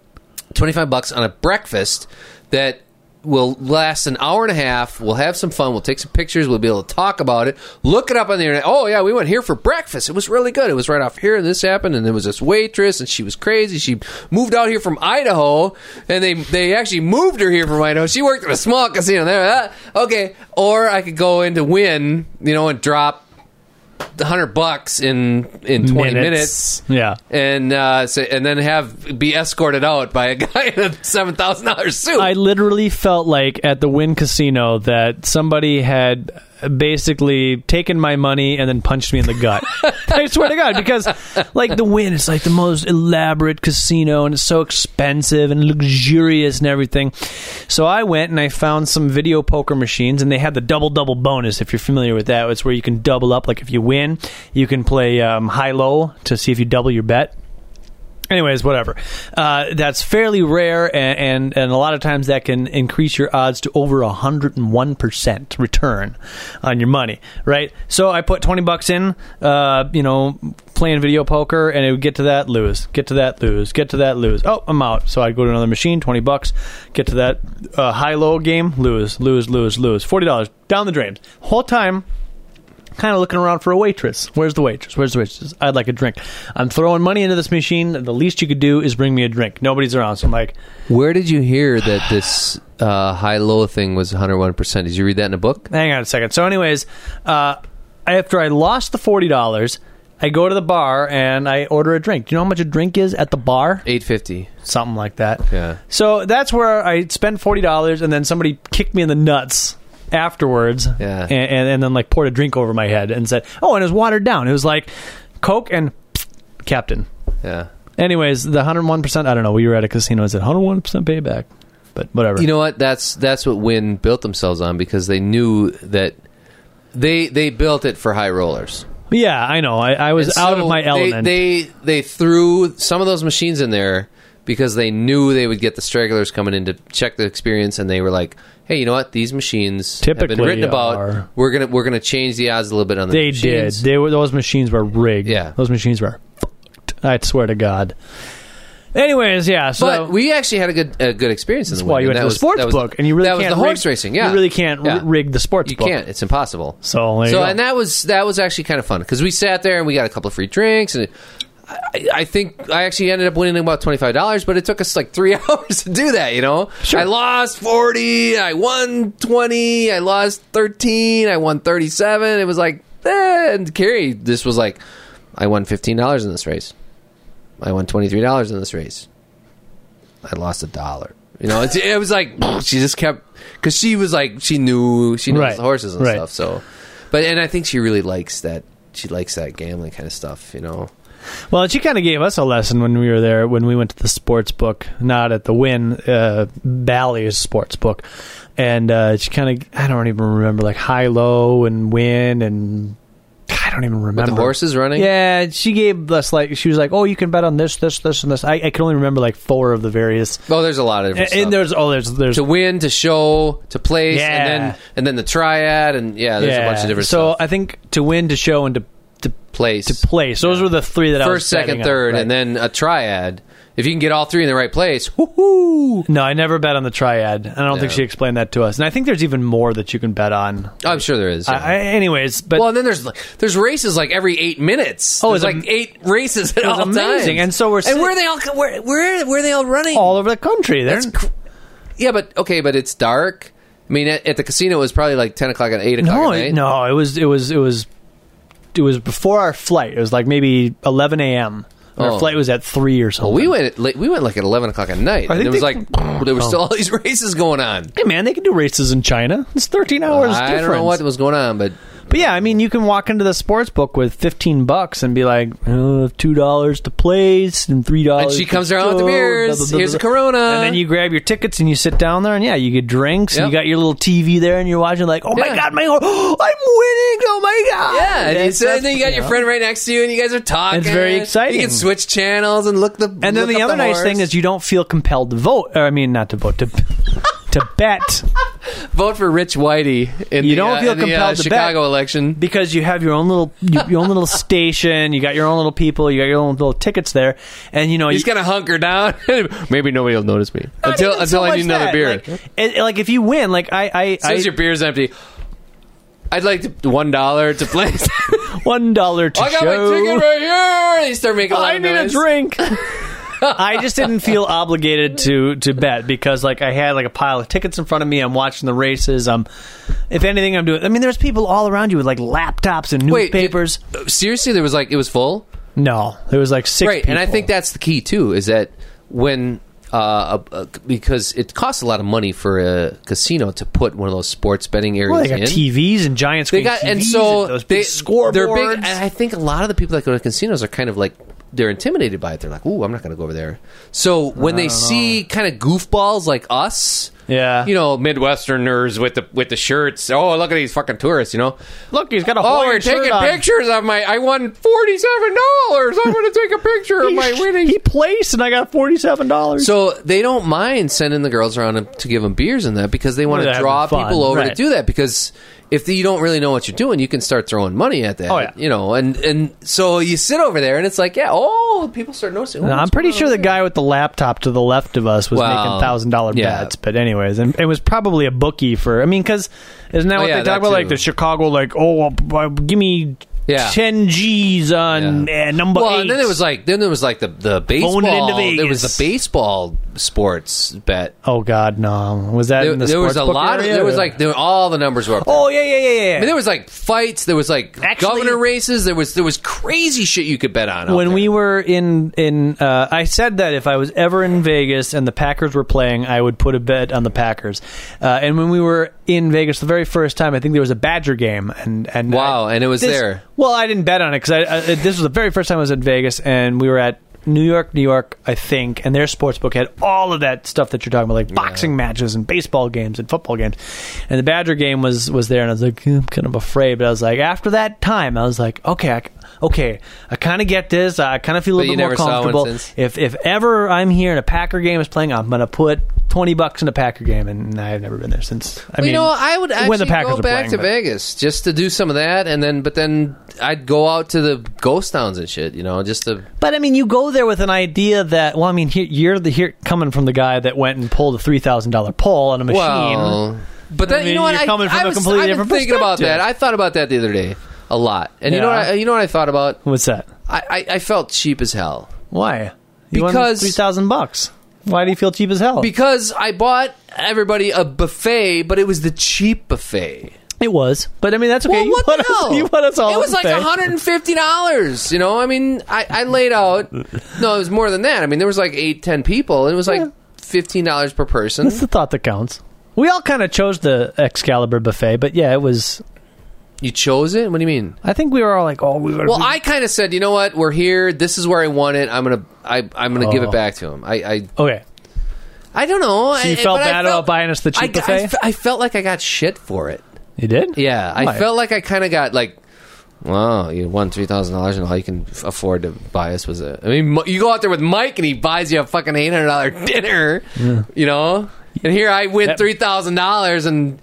25 bucks on a breakfast that will last an hour and a half. We'll have some fun. We'll take some pictures. We'll be able to talk about it. Look it up on the internet. Oh, yeah, we went here for breakfast. It was really good. It was right off here, and this happened, and there was this waitress, and she was crazy. She moved out here from Idaho, and they, they actually moved her here from Idaho. She worked at a small casino there. Ah, okay. Or I could go in to win, you know, and drop. the 100 bucks in in 20 minutes
Yeah.
and uh, say, and then have be escorted out by a guy in a seven thousand dollars suit.
I literally felt like at the Wynn Casino that somebody had basically taken my money and then punched me in the gut. I swear to God, because like the Wynn is like the most elaborate casino and it's so expensive and luxurious and everything. So I went and I found some video poker machines and they had the double double bonus. If you're familiar with that, it's where you can double up. Like if you win, you can play um, high low to see if you double your bet. Anyways, whatever. Uh, that's fairly rare, and, and and a lot of times that can increase your odds to over hundred and one percent return on your money. Right. So I put twenty bucks in, uh, you know, playing video poker, and it would get to that lose, get to that lose, get to that lose. Oh, I'm out. So I'd go to another machine, twenty bucks, get to that uh, high low game, lose, lose, lose, lose, forty dollars down the drain. Whole time kind of looking around for a waitress. Where's the waitress? Where's the waitress? I'd like a drink. I'm throwing money into this machine. The least you could do is bring me a drink. Nobody's around, so I'm like,
Where did you hear that this uh, high low thing was 101%? Did you read that in a book?
hang on a second. So, anyways, uh, after I lost the forty dollars, I go to the bar and I order a drink. Do you know how much a drink is at the bar?
850.
Something like that.
Yeah.
So that's where I spent forty dollars, and then somebody kicked me in the nuts afterwards,
Yeah.
and, and and then like poured a drink over my head and said, "Oh, and it was watered down. It was like Coke and Captain."
Yeah.
Anyways, the 101%, I don't know, we were at a casino, is it 101% payback? But whatever.
You know what? That's that's what Win built themselves on because they knew that they they built it for high rollers.
yeah, I know. I, I was
And
out
so
of my
they-
element.
They, they threw some of those machines in there because they knew they would get the stragglers coming in to check the experience, and they were like, "Hey, you know what? These machines have
Typically
been written about.
are-
We're gonna we're gonna change the odds a little bit on the
They did.
machines."
They were those machines were rigged.
Yeah.
Those machines were fucked. I swear to God. Anyways, yeah, so
But we actually had a good a good experience in
that's
the
why
win,
you
and
went
that
to the
was-
sports
that was-
book and you really
that was
can't
the horse
rig-
racing. Yeah,
You really can't r-
Yeah.
rig the sports
You
book.
can't. It's impossible.
So, there you
so
go.
and that was that was actually kind of fun because we sat there and we got a couple of free drinks and. I, I think I actually ended up winning about twenty five dollars, but it took us like three hours to do that. You know, sure. I lost forty, I won twenty, I lost thirteen, I won thirty seven. It was like, eh. and Carrie, this was like, I won fifteen dollars in this race, I won twenty three dollars in this race, I lost a dollar. You know, it, it was like she just kept because she was like she knew she knows
Right.
the horses and
Right.
stuff. So, but and I think she really likes that. She likes that gambling kind of stuff. You know.
Well, she kind of gave us a lesson when we were there, when we went to the sports book, not at the Win uh, Bally's sports book. And uh, she kind of, I don't even remember, like high, low, and win, and I don't even remember.
With the horses running.
Yeah, she gave us like, she was like, oh, you can bet on this, this, this, and this. I, I can only remember like four of the various.
Oh, there's a lot of different
And, and
stuff.
there's, oh, there's, there's.
to win, to show, to place,
Yeah.
and then and then the triad, and yeah, there's a bunch of different
So
stuff.
I think to win, to show, and to, to,
Place,
to place. Those were the three that I was
first, second,
betting on,
third,
right.
and then a triad. If you can get all three in the right place, whoo!
No, I never bet on the triad. I don't think
Yeah.
she explained that to us. And I think there's even more that you can bet on.
I'm sure there is.
I,
yeah.
I, anyways, but
well, and then there's like, there's races like every eight minutes.
Oh,
Oh,
it was
there's like
am-
eight races at
was
all
amazing.
times.
And so we're sit-
and where are they all co- where where where are they all running?
all over the country. They're,
That's cr- yeah, but okay, but it's dark. I mean, at, at the casino it was probably like ten o'clock and eight o'clock.
no,
at
it,
night.
no, it was it was it was it was before our flight. It was like maybe 11 a.m. Our
Oh.
flight was at three or something.
Well, we went at, late- we went like at eleven o'clock at night.
I
And
think
it was
they- oh.
like there were still all these races going on.
Hey man, they can do races in China. It's 13 hours.
I don't know
difference.
what was going on, but
But yeah, I mean, you can walk into the sports book with 15 bucks and be like, oh, two dollars to place and three dollars.
and she
to
comes around with the
show,
beers.
blah, blah, blah,
Here's a
blah.
Corona,
and then you grab your tickets and you sit down there and yeah you get drinks and
Yep.
you got your little tv there and you're watching like oh my
Yeah.
god my oh, i'm winning oh my god
yeah, and, you
It's-
sit- and then you got your
know.
friend right next to you, and you guys are talking.
It's very exciting.
You can switch channels and look the
and then
look
the
up
other nice
horse.
thing is you don't feel compelled to vote or, i mean not to vote to to bet
vote for Rich Whitey in
You
the,
don't
uh,
feel
in the, uh,
compelled to
Chicago
bet.
election.
because you have your own little you, your own little station you got your own little people you got your own little tickets there and you know
He's
you,
gonna hunker down. Maybe nobody will notice me
not
until
even
until
so
I
much
need another
that.
beer.
like, it- like, if you win like i i, I
Since your beer's empty, I'd like to, one dollar to place.
one dollar to
Oh, I got
show
my ticket right here. And they start making. a lot
I
of
need
noise.
a drink. I just didn't feel obligated to to bet because like I had like a pile of tickets in front of me. I'm watching the races. I'm if anything I'm doing. I mean, there's people all around you with like laptops and
Wait,
newspapers.
it- seriously, there was like it was full.
no, there was like six.
right and i
people.
think that's the key too is that when uh, a- a- because it costs a lot of money for a casino to put one of those sports betting areas
Well, they got
in
TVs and giant
they
screen
got
TVs
and so
those
they
big scoreboards.
they're big and i think a lot of the people that go to casinos are kind of like they're intimidated by it they're like ooh i'm not going to go over there so when they see kind of goofballs like us
Oh. Yeah.
you know, Midwesterners with the with the shirts. Oh, look at these fucking tourists, you know.
Look, he's got a
Oh,
Hawaiian
we're
shirt
taking
on.
pictures of my. I won forty seven dollars. I'm going to take a picture of
He-
my winning.
He placed, and I got forty-seven dollars.
So they don't mind sending the girls around to give them beers and that because they want
They're
to
having
draw
fun,
people over to
right.
do that because if you don't really know what you're doing, you can start throwing money at that.
Oh, yeah.
You know, and and so you sit over there and it's like, yeah, oh, people start noticing. oh,
I'm
what's
pretty
going
sure
on
the
there?
guy with the laptop to the left of us was
Well,
making thousand dollar
yeah.
bets. But anyways, and it was probably a bookie for. I mean, because isn't that
Oh,
what
yeah,
they
that
talk about? Like
too.
the Chicago, like oh, well, b- uh, give me
Yeah.
ten G's on uh, number
Well,
eight.
and then it was like then there was like the the baseball.
into
There was
Vegas.
the baseball sports bet.
oh God, no! Was that
There,
in the
there was a
sports book
lot. Of,
area?
there was like there, all the numbers were up. there.
oh yeah yeah yeah yeah. yeah.
I mean, there was like fights. There was like
Actually-
governor races. There was there was crazy shit you could bet on. out
when
there.
we were in in uh, I said that if I was ever in Vegas and the Packers were playing, I would put a bet on the Packers. Uh, and when we were in Vegas the very first time, I think there was a Badger game, and and
Wow,
I-
and it was
this-
there.
Well, I didn't bet on it because I, I this was the very first time I was in Vegas, and we were at. New York, New York, I think, and their sports book had all of that stuff that you're talking about, like boxing matches and baseball games and football games. And the Badger game was was there, and I was like, "Eh, I'm kind of afraid, but I was like, after that time, I was like, okay, I, c- okay, I kind of get this. I kind of feel a
But
little
you
bit more
never saw one
comfortable.
since?
If if ever I'm here and a Packer game is playing, I'm gonna put twenty bucks in a Packer game, and I've never been there since. I mean,
you know, I would actually
when the Packers
go
were
back
playing,
to
but-
Vegas just to do some of that, and then but then I'd go out to the ghost towns and shit. You know, just to
But I mean, you go there with an idea that well, I mean, here, you're the here coming from the guy that went and pulled a three thousand dollar pull on a machine.
well. But then
I
you
mean,
know what?
you're
I,
coming from
I
a
was,
completely
I've been
different
thinking about that.
perspective.
I thought about that the other day a lot, and you know
Yeah.
what? I, you know what I thought about?
What's that?
I, I, I felt cheap as hell.
Why?
Because-
three thousand bucks. Why do you feel cheap as hell?
Because I bought everybody a buffet, but it was the cheap buffet.
it was, but I mean that's okay.
Well,
you
what
put
the hell?
Us, you put us all.
It was
to
like
pay.
one hundred and fifty dollars. You know, I mean, I, I laid out. No, it was more than that. I mean, there was like eight, ten people, and it was like
Yeah.
fifteen dollars per person.
That's the thought that counts. We all kind of chose the Excalibur buffet, but yeah, it was.
You chose it. What do you mean?
I think we were all like, "Oh, we were."
Well, I kind of said, you know what? We're here. This is where I want it. I'm gonna, I, I'm gonna give
Oh.
it back to him. I, I,
okay.
I don't know.
So you
I-
felt
but I
bad about buying us the cheap
I, I,
buffet?
fe- I felt like I got shit for it.
You did?
Yeah,
Why?
I felt like I kind of got like, wow, you won three thousand dollars and all you can f- afford to buy us was a. I mean, M- you go out there with Mike and he buys you a fucking eight hundred dollar dinner, you know. And here I win
That-
three thousand dollars, and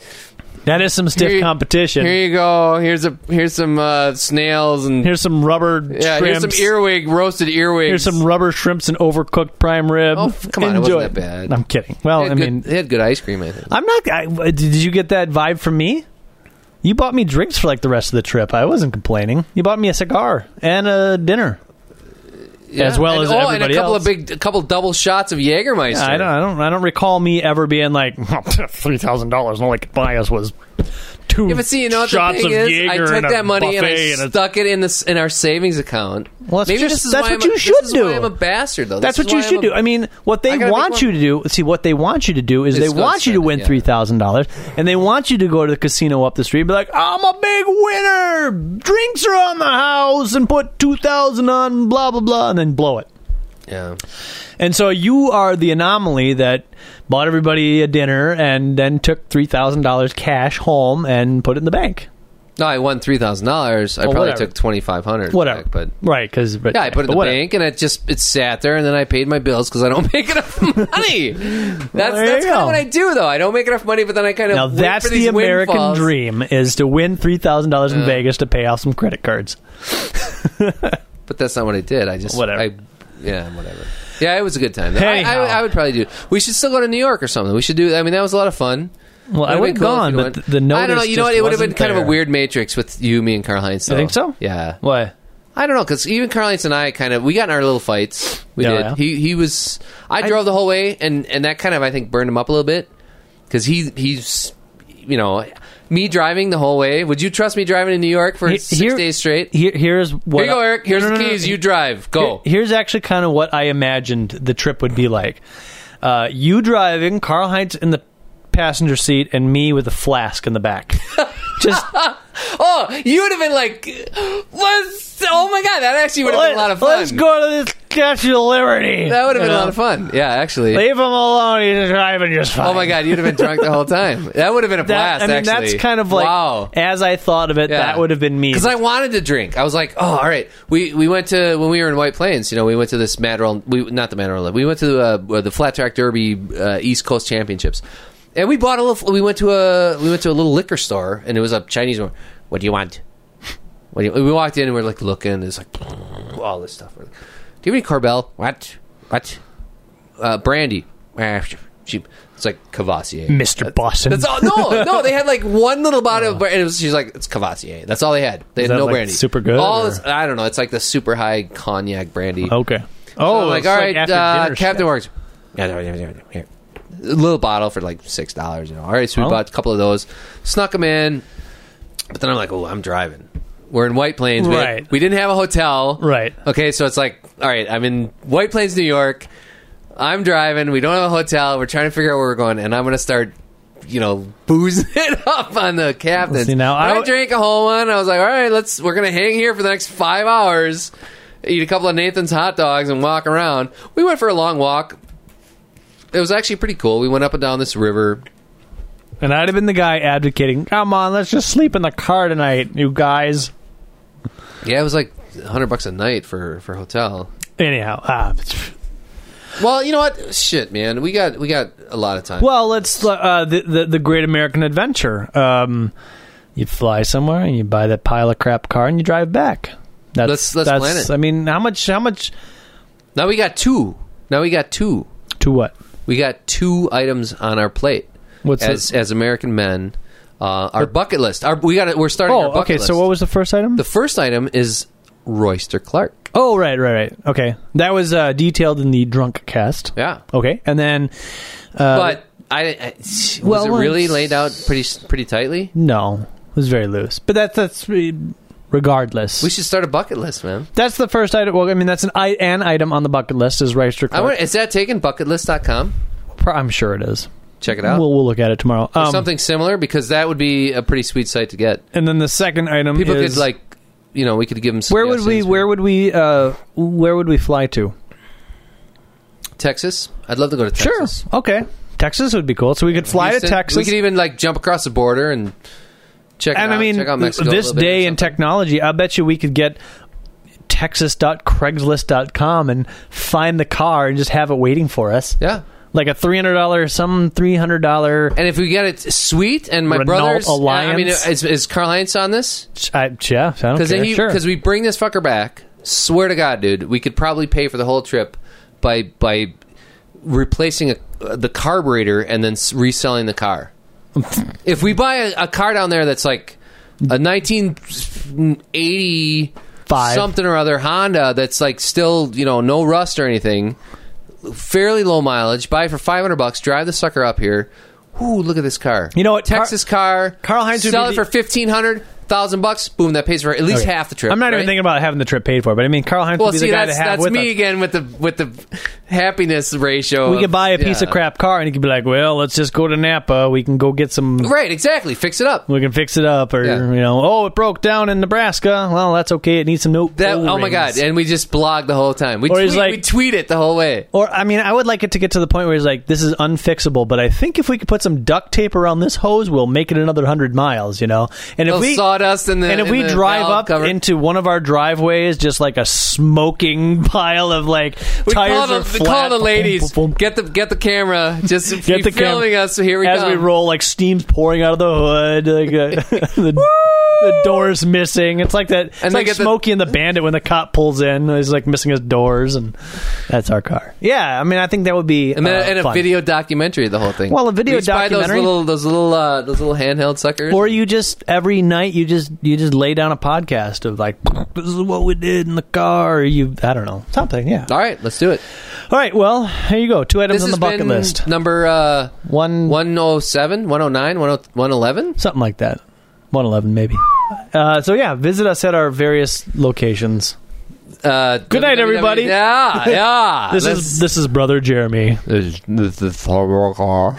That is some stiff
Here you-
competition.
here you go. Here's a here's some uh, snails and
here's some rubber
yeah,
shrimps.
here's some earwig roasted earwigs.
Here's some rubber shrimps and overcooked prime rib.
Oh, f- come on, it wasn't
Enjoy
that bad.
I'm kidding.
They
Well,
had
I
good-
mean,
they had good ice cream. I think.
I'm not. I, uh, did you get that vibe from me? You bought me drinks for like the rest of the trip. I wasn't complaining. You bought me a cigar and a dinner.
Yeah.
As well
and,
as
oh, and
everybody
a couple
else.
of big, a couple double shots of Jägermeister.
I don't. I don't. I don't recall me ever being like three thousand dollars. and all I could buy us was two
Yeah, but see, you know what the
shots
thing
of
is?
Jaeger
I took
and a
that money and I
buffet and a-
stuck it in this in our savings account.
Well, that's
Maybe
just-
this is
that's
why
what
I'm a-
you should
this is
do.
Why I'm a bastard, though.
That's
This
what
is
you
why
should
I'm
do.
a-
I mean, what
I
they
gotta make
want
one.
you to do. See, what they want you to do is
It's
they
still
want you to
exciting,
win
yeah.
three thousand dollars, and they want you to go to the casino up the street, and be like, "I'm a big winner. Drinks are on the house, and put two thousand on blah blah blah, and then blow it."
Yeah.
And so you are the anomaly that bought everybody a dinner and then took three thousand dollars cash home and put it in the bank.
No, I won three thousand dollars. I
Well,
probably
whatever.
took twenty five hundred.
Whatever,
but
right? Because
yeah, I put it in the bank, and it just it sat there, and then I paid my bills because I don't make enough money. That's
there
that's
you
kind
go.
of what I do, though. I don't make enough money, but then I kind of
Now
wait
that's
for
the
these
American
windfalls.
dream: is to win three thousand dollars in Vegas to pay off some credit cards.
But that's not what I did. I just
Whatever.
I, yeah, whatever. Yeah, it was a good time. though. I,
Anyhow.
I, I would probably do. We should still go to New York or something. We should do. I mean, that was a lot of fun.
Well, I
Would've
would
been
have
cool if
gone,
you
but
went.
the notice.
I don't know. You know
just
what? It would have been
wasn't
kind of a
there.
weird matrix with you, me, and Karl Heinz.
You think so?
Yeah.
Why?
I don't know because even Karl Heinz and I kind of we got in our little fights. We
Yeah,
did.
yeah.
He he was. I drove the whole way, and and that kind of I think burned him up a little bit because he he's you know me driving the whole way. Would you trust me driving in New York for
He-
six
here-
days straight?
Here, here's what.
Here you go,
I-
Eric. Here's
No, no,
the
no,
keys.
no.
You drive. Go.
Here- Here's actually kind of what I imagined the trip would be like. Uh, you driving, Carl Heinz in the passenger seat, and me with a flask in the back. Just
Oh, you would have been like, let's, oh my god, that actually would have been a lot of fun.
let's go to this Statue of Liberty.
That would have been
You
a
know?
lot of fun. Yeah, actually.
Leave him alone. He's driving just fine.
Oh my god, you'd have been drunk the whole time. That would have been a
That,
blast.
I mean,
actually.
that's kind of like
wow.
as I thought of it, that would have been me.
because I wanted to drink. I was like, oh, all right. We we went to when we were in White Plains. You know, we went to this Matterhorn. We not the Matterhorn. Live. We went to uh, the Flat Track Derby uh, East Coast Championships, and we bought a little. We went to a we went to a little liquor store, and it was a Chinese one. What do you want? What do you, we walked in and we're like looking. and It's like all this stuff. We're like, do you have any Corbel? What? What? Uh, brandy. Ah, she- It's like Cavassier.
Mr. Boston.
That's all. No, no, they had like one little bottle of brandy. And it was, she's like, it's Cavassier. That's all they had. They had
that,
no
like,
brandy.
super good,
All
or-
this, I don't know. It's like the super high cognac brandy.
Okay.
So
Oh,
I'm like
it's
all right,
after
uh,
dinner
Captain
snack.
Works. Yeah, no, yeah, yeah, yeah. A little bottle for like six dollars. You know. All right, so we
Oh.
bought a couple of those, snuck them in. But then I'm like, oh, I'm driving. We're in White Plains. We, had-
Right.
we didn't have a hotel.
Right.
Okay, so it's like, all right, I'm in White Plains, New York. I'm driving. We don't have a hotel. We're trying to figure out where we're going, and I'm going to start, you know, boozing it up on the captain.
See, now,
I,
I-
drank a whole one. I was like, all right, let's. We're going to hang here for the next five hours, eat a couple of Nathan's hot dogs, and walk around. We went for a long walk. It was actually pretty cool. We went up and down this river.
And I'd have been the guy advocating, come on, let's just sleep in the car tonight, you guys.
Yeah, it was like hundred bucks a night for for hotel.
Anyhow, ah,
Well, you know what? Shit, man, we got we got a lot of time.
well, let's uh, the, the the Great American Adventure. Um, you fly somewhere and you buy that pile of crap car and you drive back. That's,
Let's- let's
that's,
plan it.
I mean, how much? How much?
Now we got two. Now we got two.
To what?
We got two items on our plate
What's
as
the-
as American men. Uh, our bucket list. Our we got it. We're starting. our
Oh,
bucket
okay.
List.
So what was the first item?
the first item is Royster Clark.
oh, right, right, right. Okay, that was uh, detailed in the drunk cast.
Yeah,
Okay, and then uh,
but I, I was
Well,
it really
it's-
laid out pretty pretty tightly.
no, it was very loose. But that's that's re- regardless.
We should start a bucket list, man.
That's the first item. Well, I mean, that's an, I- an item on the bucket list is Rice
I want, is that taken? Bucketlist.com.
I'm sure it is.
Check it out.
We'll, we'll look at it tomorrow.
Or
Um,
something similar because that would be a pretty sweet site to get.
And then the second item
People
is
could like, you know, we could give them.
where would we where would we uh where would we fly to?
Texas? I'd love to go to Texas.
Sure. Okay. Texas would be cool. So we could fly
Houston.
to Texas.
We could even like jump across the border and check.
and
it out,
I mean,
check out Mexico a
this
little bit or
day in
something.
technology, I bet you we could get texas.craigslist.com and find the car and just have it waiting for us.
Yeah,
Like a $300 some $300
and if we get it sweet, and my
Renault
brother's I mean,
Alliance.
is, is Carliance on this?
I, yeah, I don't
Because
care.
he
sure.
because we bring this fucker back. Swear to God, dude, we could probably pay for the whole trip by by replacing a, uh, the carburetor and then s- reselling the car. if we buy a, a car down there that's like a 1980
Five.
something or other Honda that's like still you know no rust or anything, fairly low mileage, buy it for 500 bucks, drive the sucker up here. Ooh, look at this car!
You know what? Car-
Texas car.
Karl Heinz would
sell
be
it for
the-
fifteen hundred thousand bucks. Boom, that pays for at least
Okay.
half the trip.
I'm not even
right?
thinking about having the trip paid for, but I mean, Carl Heinz
Well,
would be
see,
the guy
that's,
to have
that's
with
me
us.
again with the with the happiness ratio.
We
of-
could buy a piece
yeah.
of crap car, and he could be like, "Well, let's just go to Napa. We can go get some.
Right, exactly. Fix it up.
We can fix it up, or
Yeah.
you know, oh, it broke down in Nebraska. Well, that's okay. It needs some new.
That, oh my
O-rings."
god! And we just blog the whole time. We
Or
tweet,
he's like-
we tweet it the whole way.
Or I mean, I would like it to get to the point where he's like, "This is unfixable," but I think if we could put some duct tape around this hose, we'll make it another hundred miles. You know, and if
Little
we
sawdust and the
and if
in
we
the
drive
valve
up
cover.
into one of our driveways, just like a smoking pile of like
we
tires
call the,
are
we
flat.
call the
Boom,
ladies.
boom, boom.
Get the get the camera. Just
Get
be
the cam-
filming us. So here we
as
go.
we roll like steam's pouring out of the hood like, uh, the, the door's missing it's like that it's
they
like
get the-
smokey and the bandit when the cop pulls in he's like missing his doors and that's our car yeah i mean i think that would be
and then
uh,
and a
fun.
video documentary, the whole thing.
Well, a video
we just buy
documentary-
Those little those little uh, those little handheld suckers.
or you just every night you just you just lay down a podcast of like this is what we did in the car or you i don't know something yeah
All right, let's do it.
all right well there you go two
This
items on the
has
bucket
been
list
number uh,
one
107, 109, 111.
something like that 111 maybe uh, so yeah visit us at our various locations
Uh,
Good night,
www.
everybody.
Yeah, yeah.
This
Let's-
is this is brother Jeremy.
This this uh, is horrible car.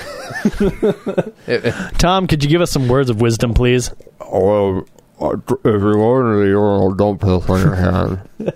Tom, could you give us some words of wisdom, please?
Well, uh, if you go into the urinal, don't piss on your hand.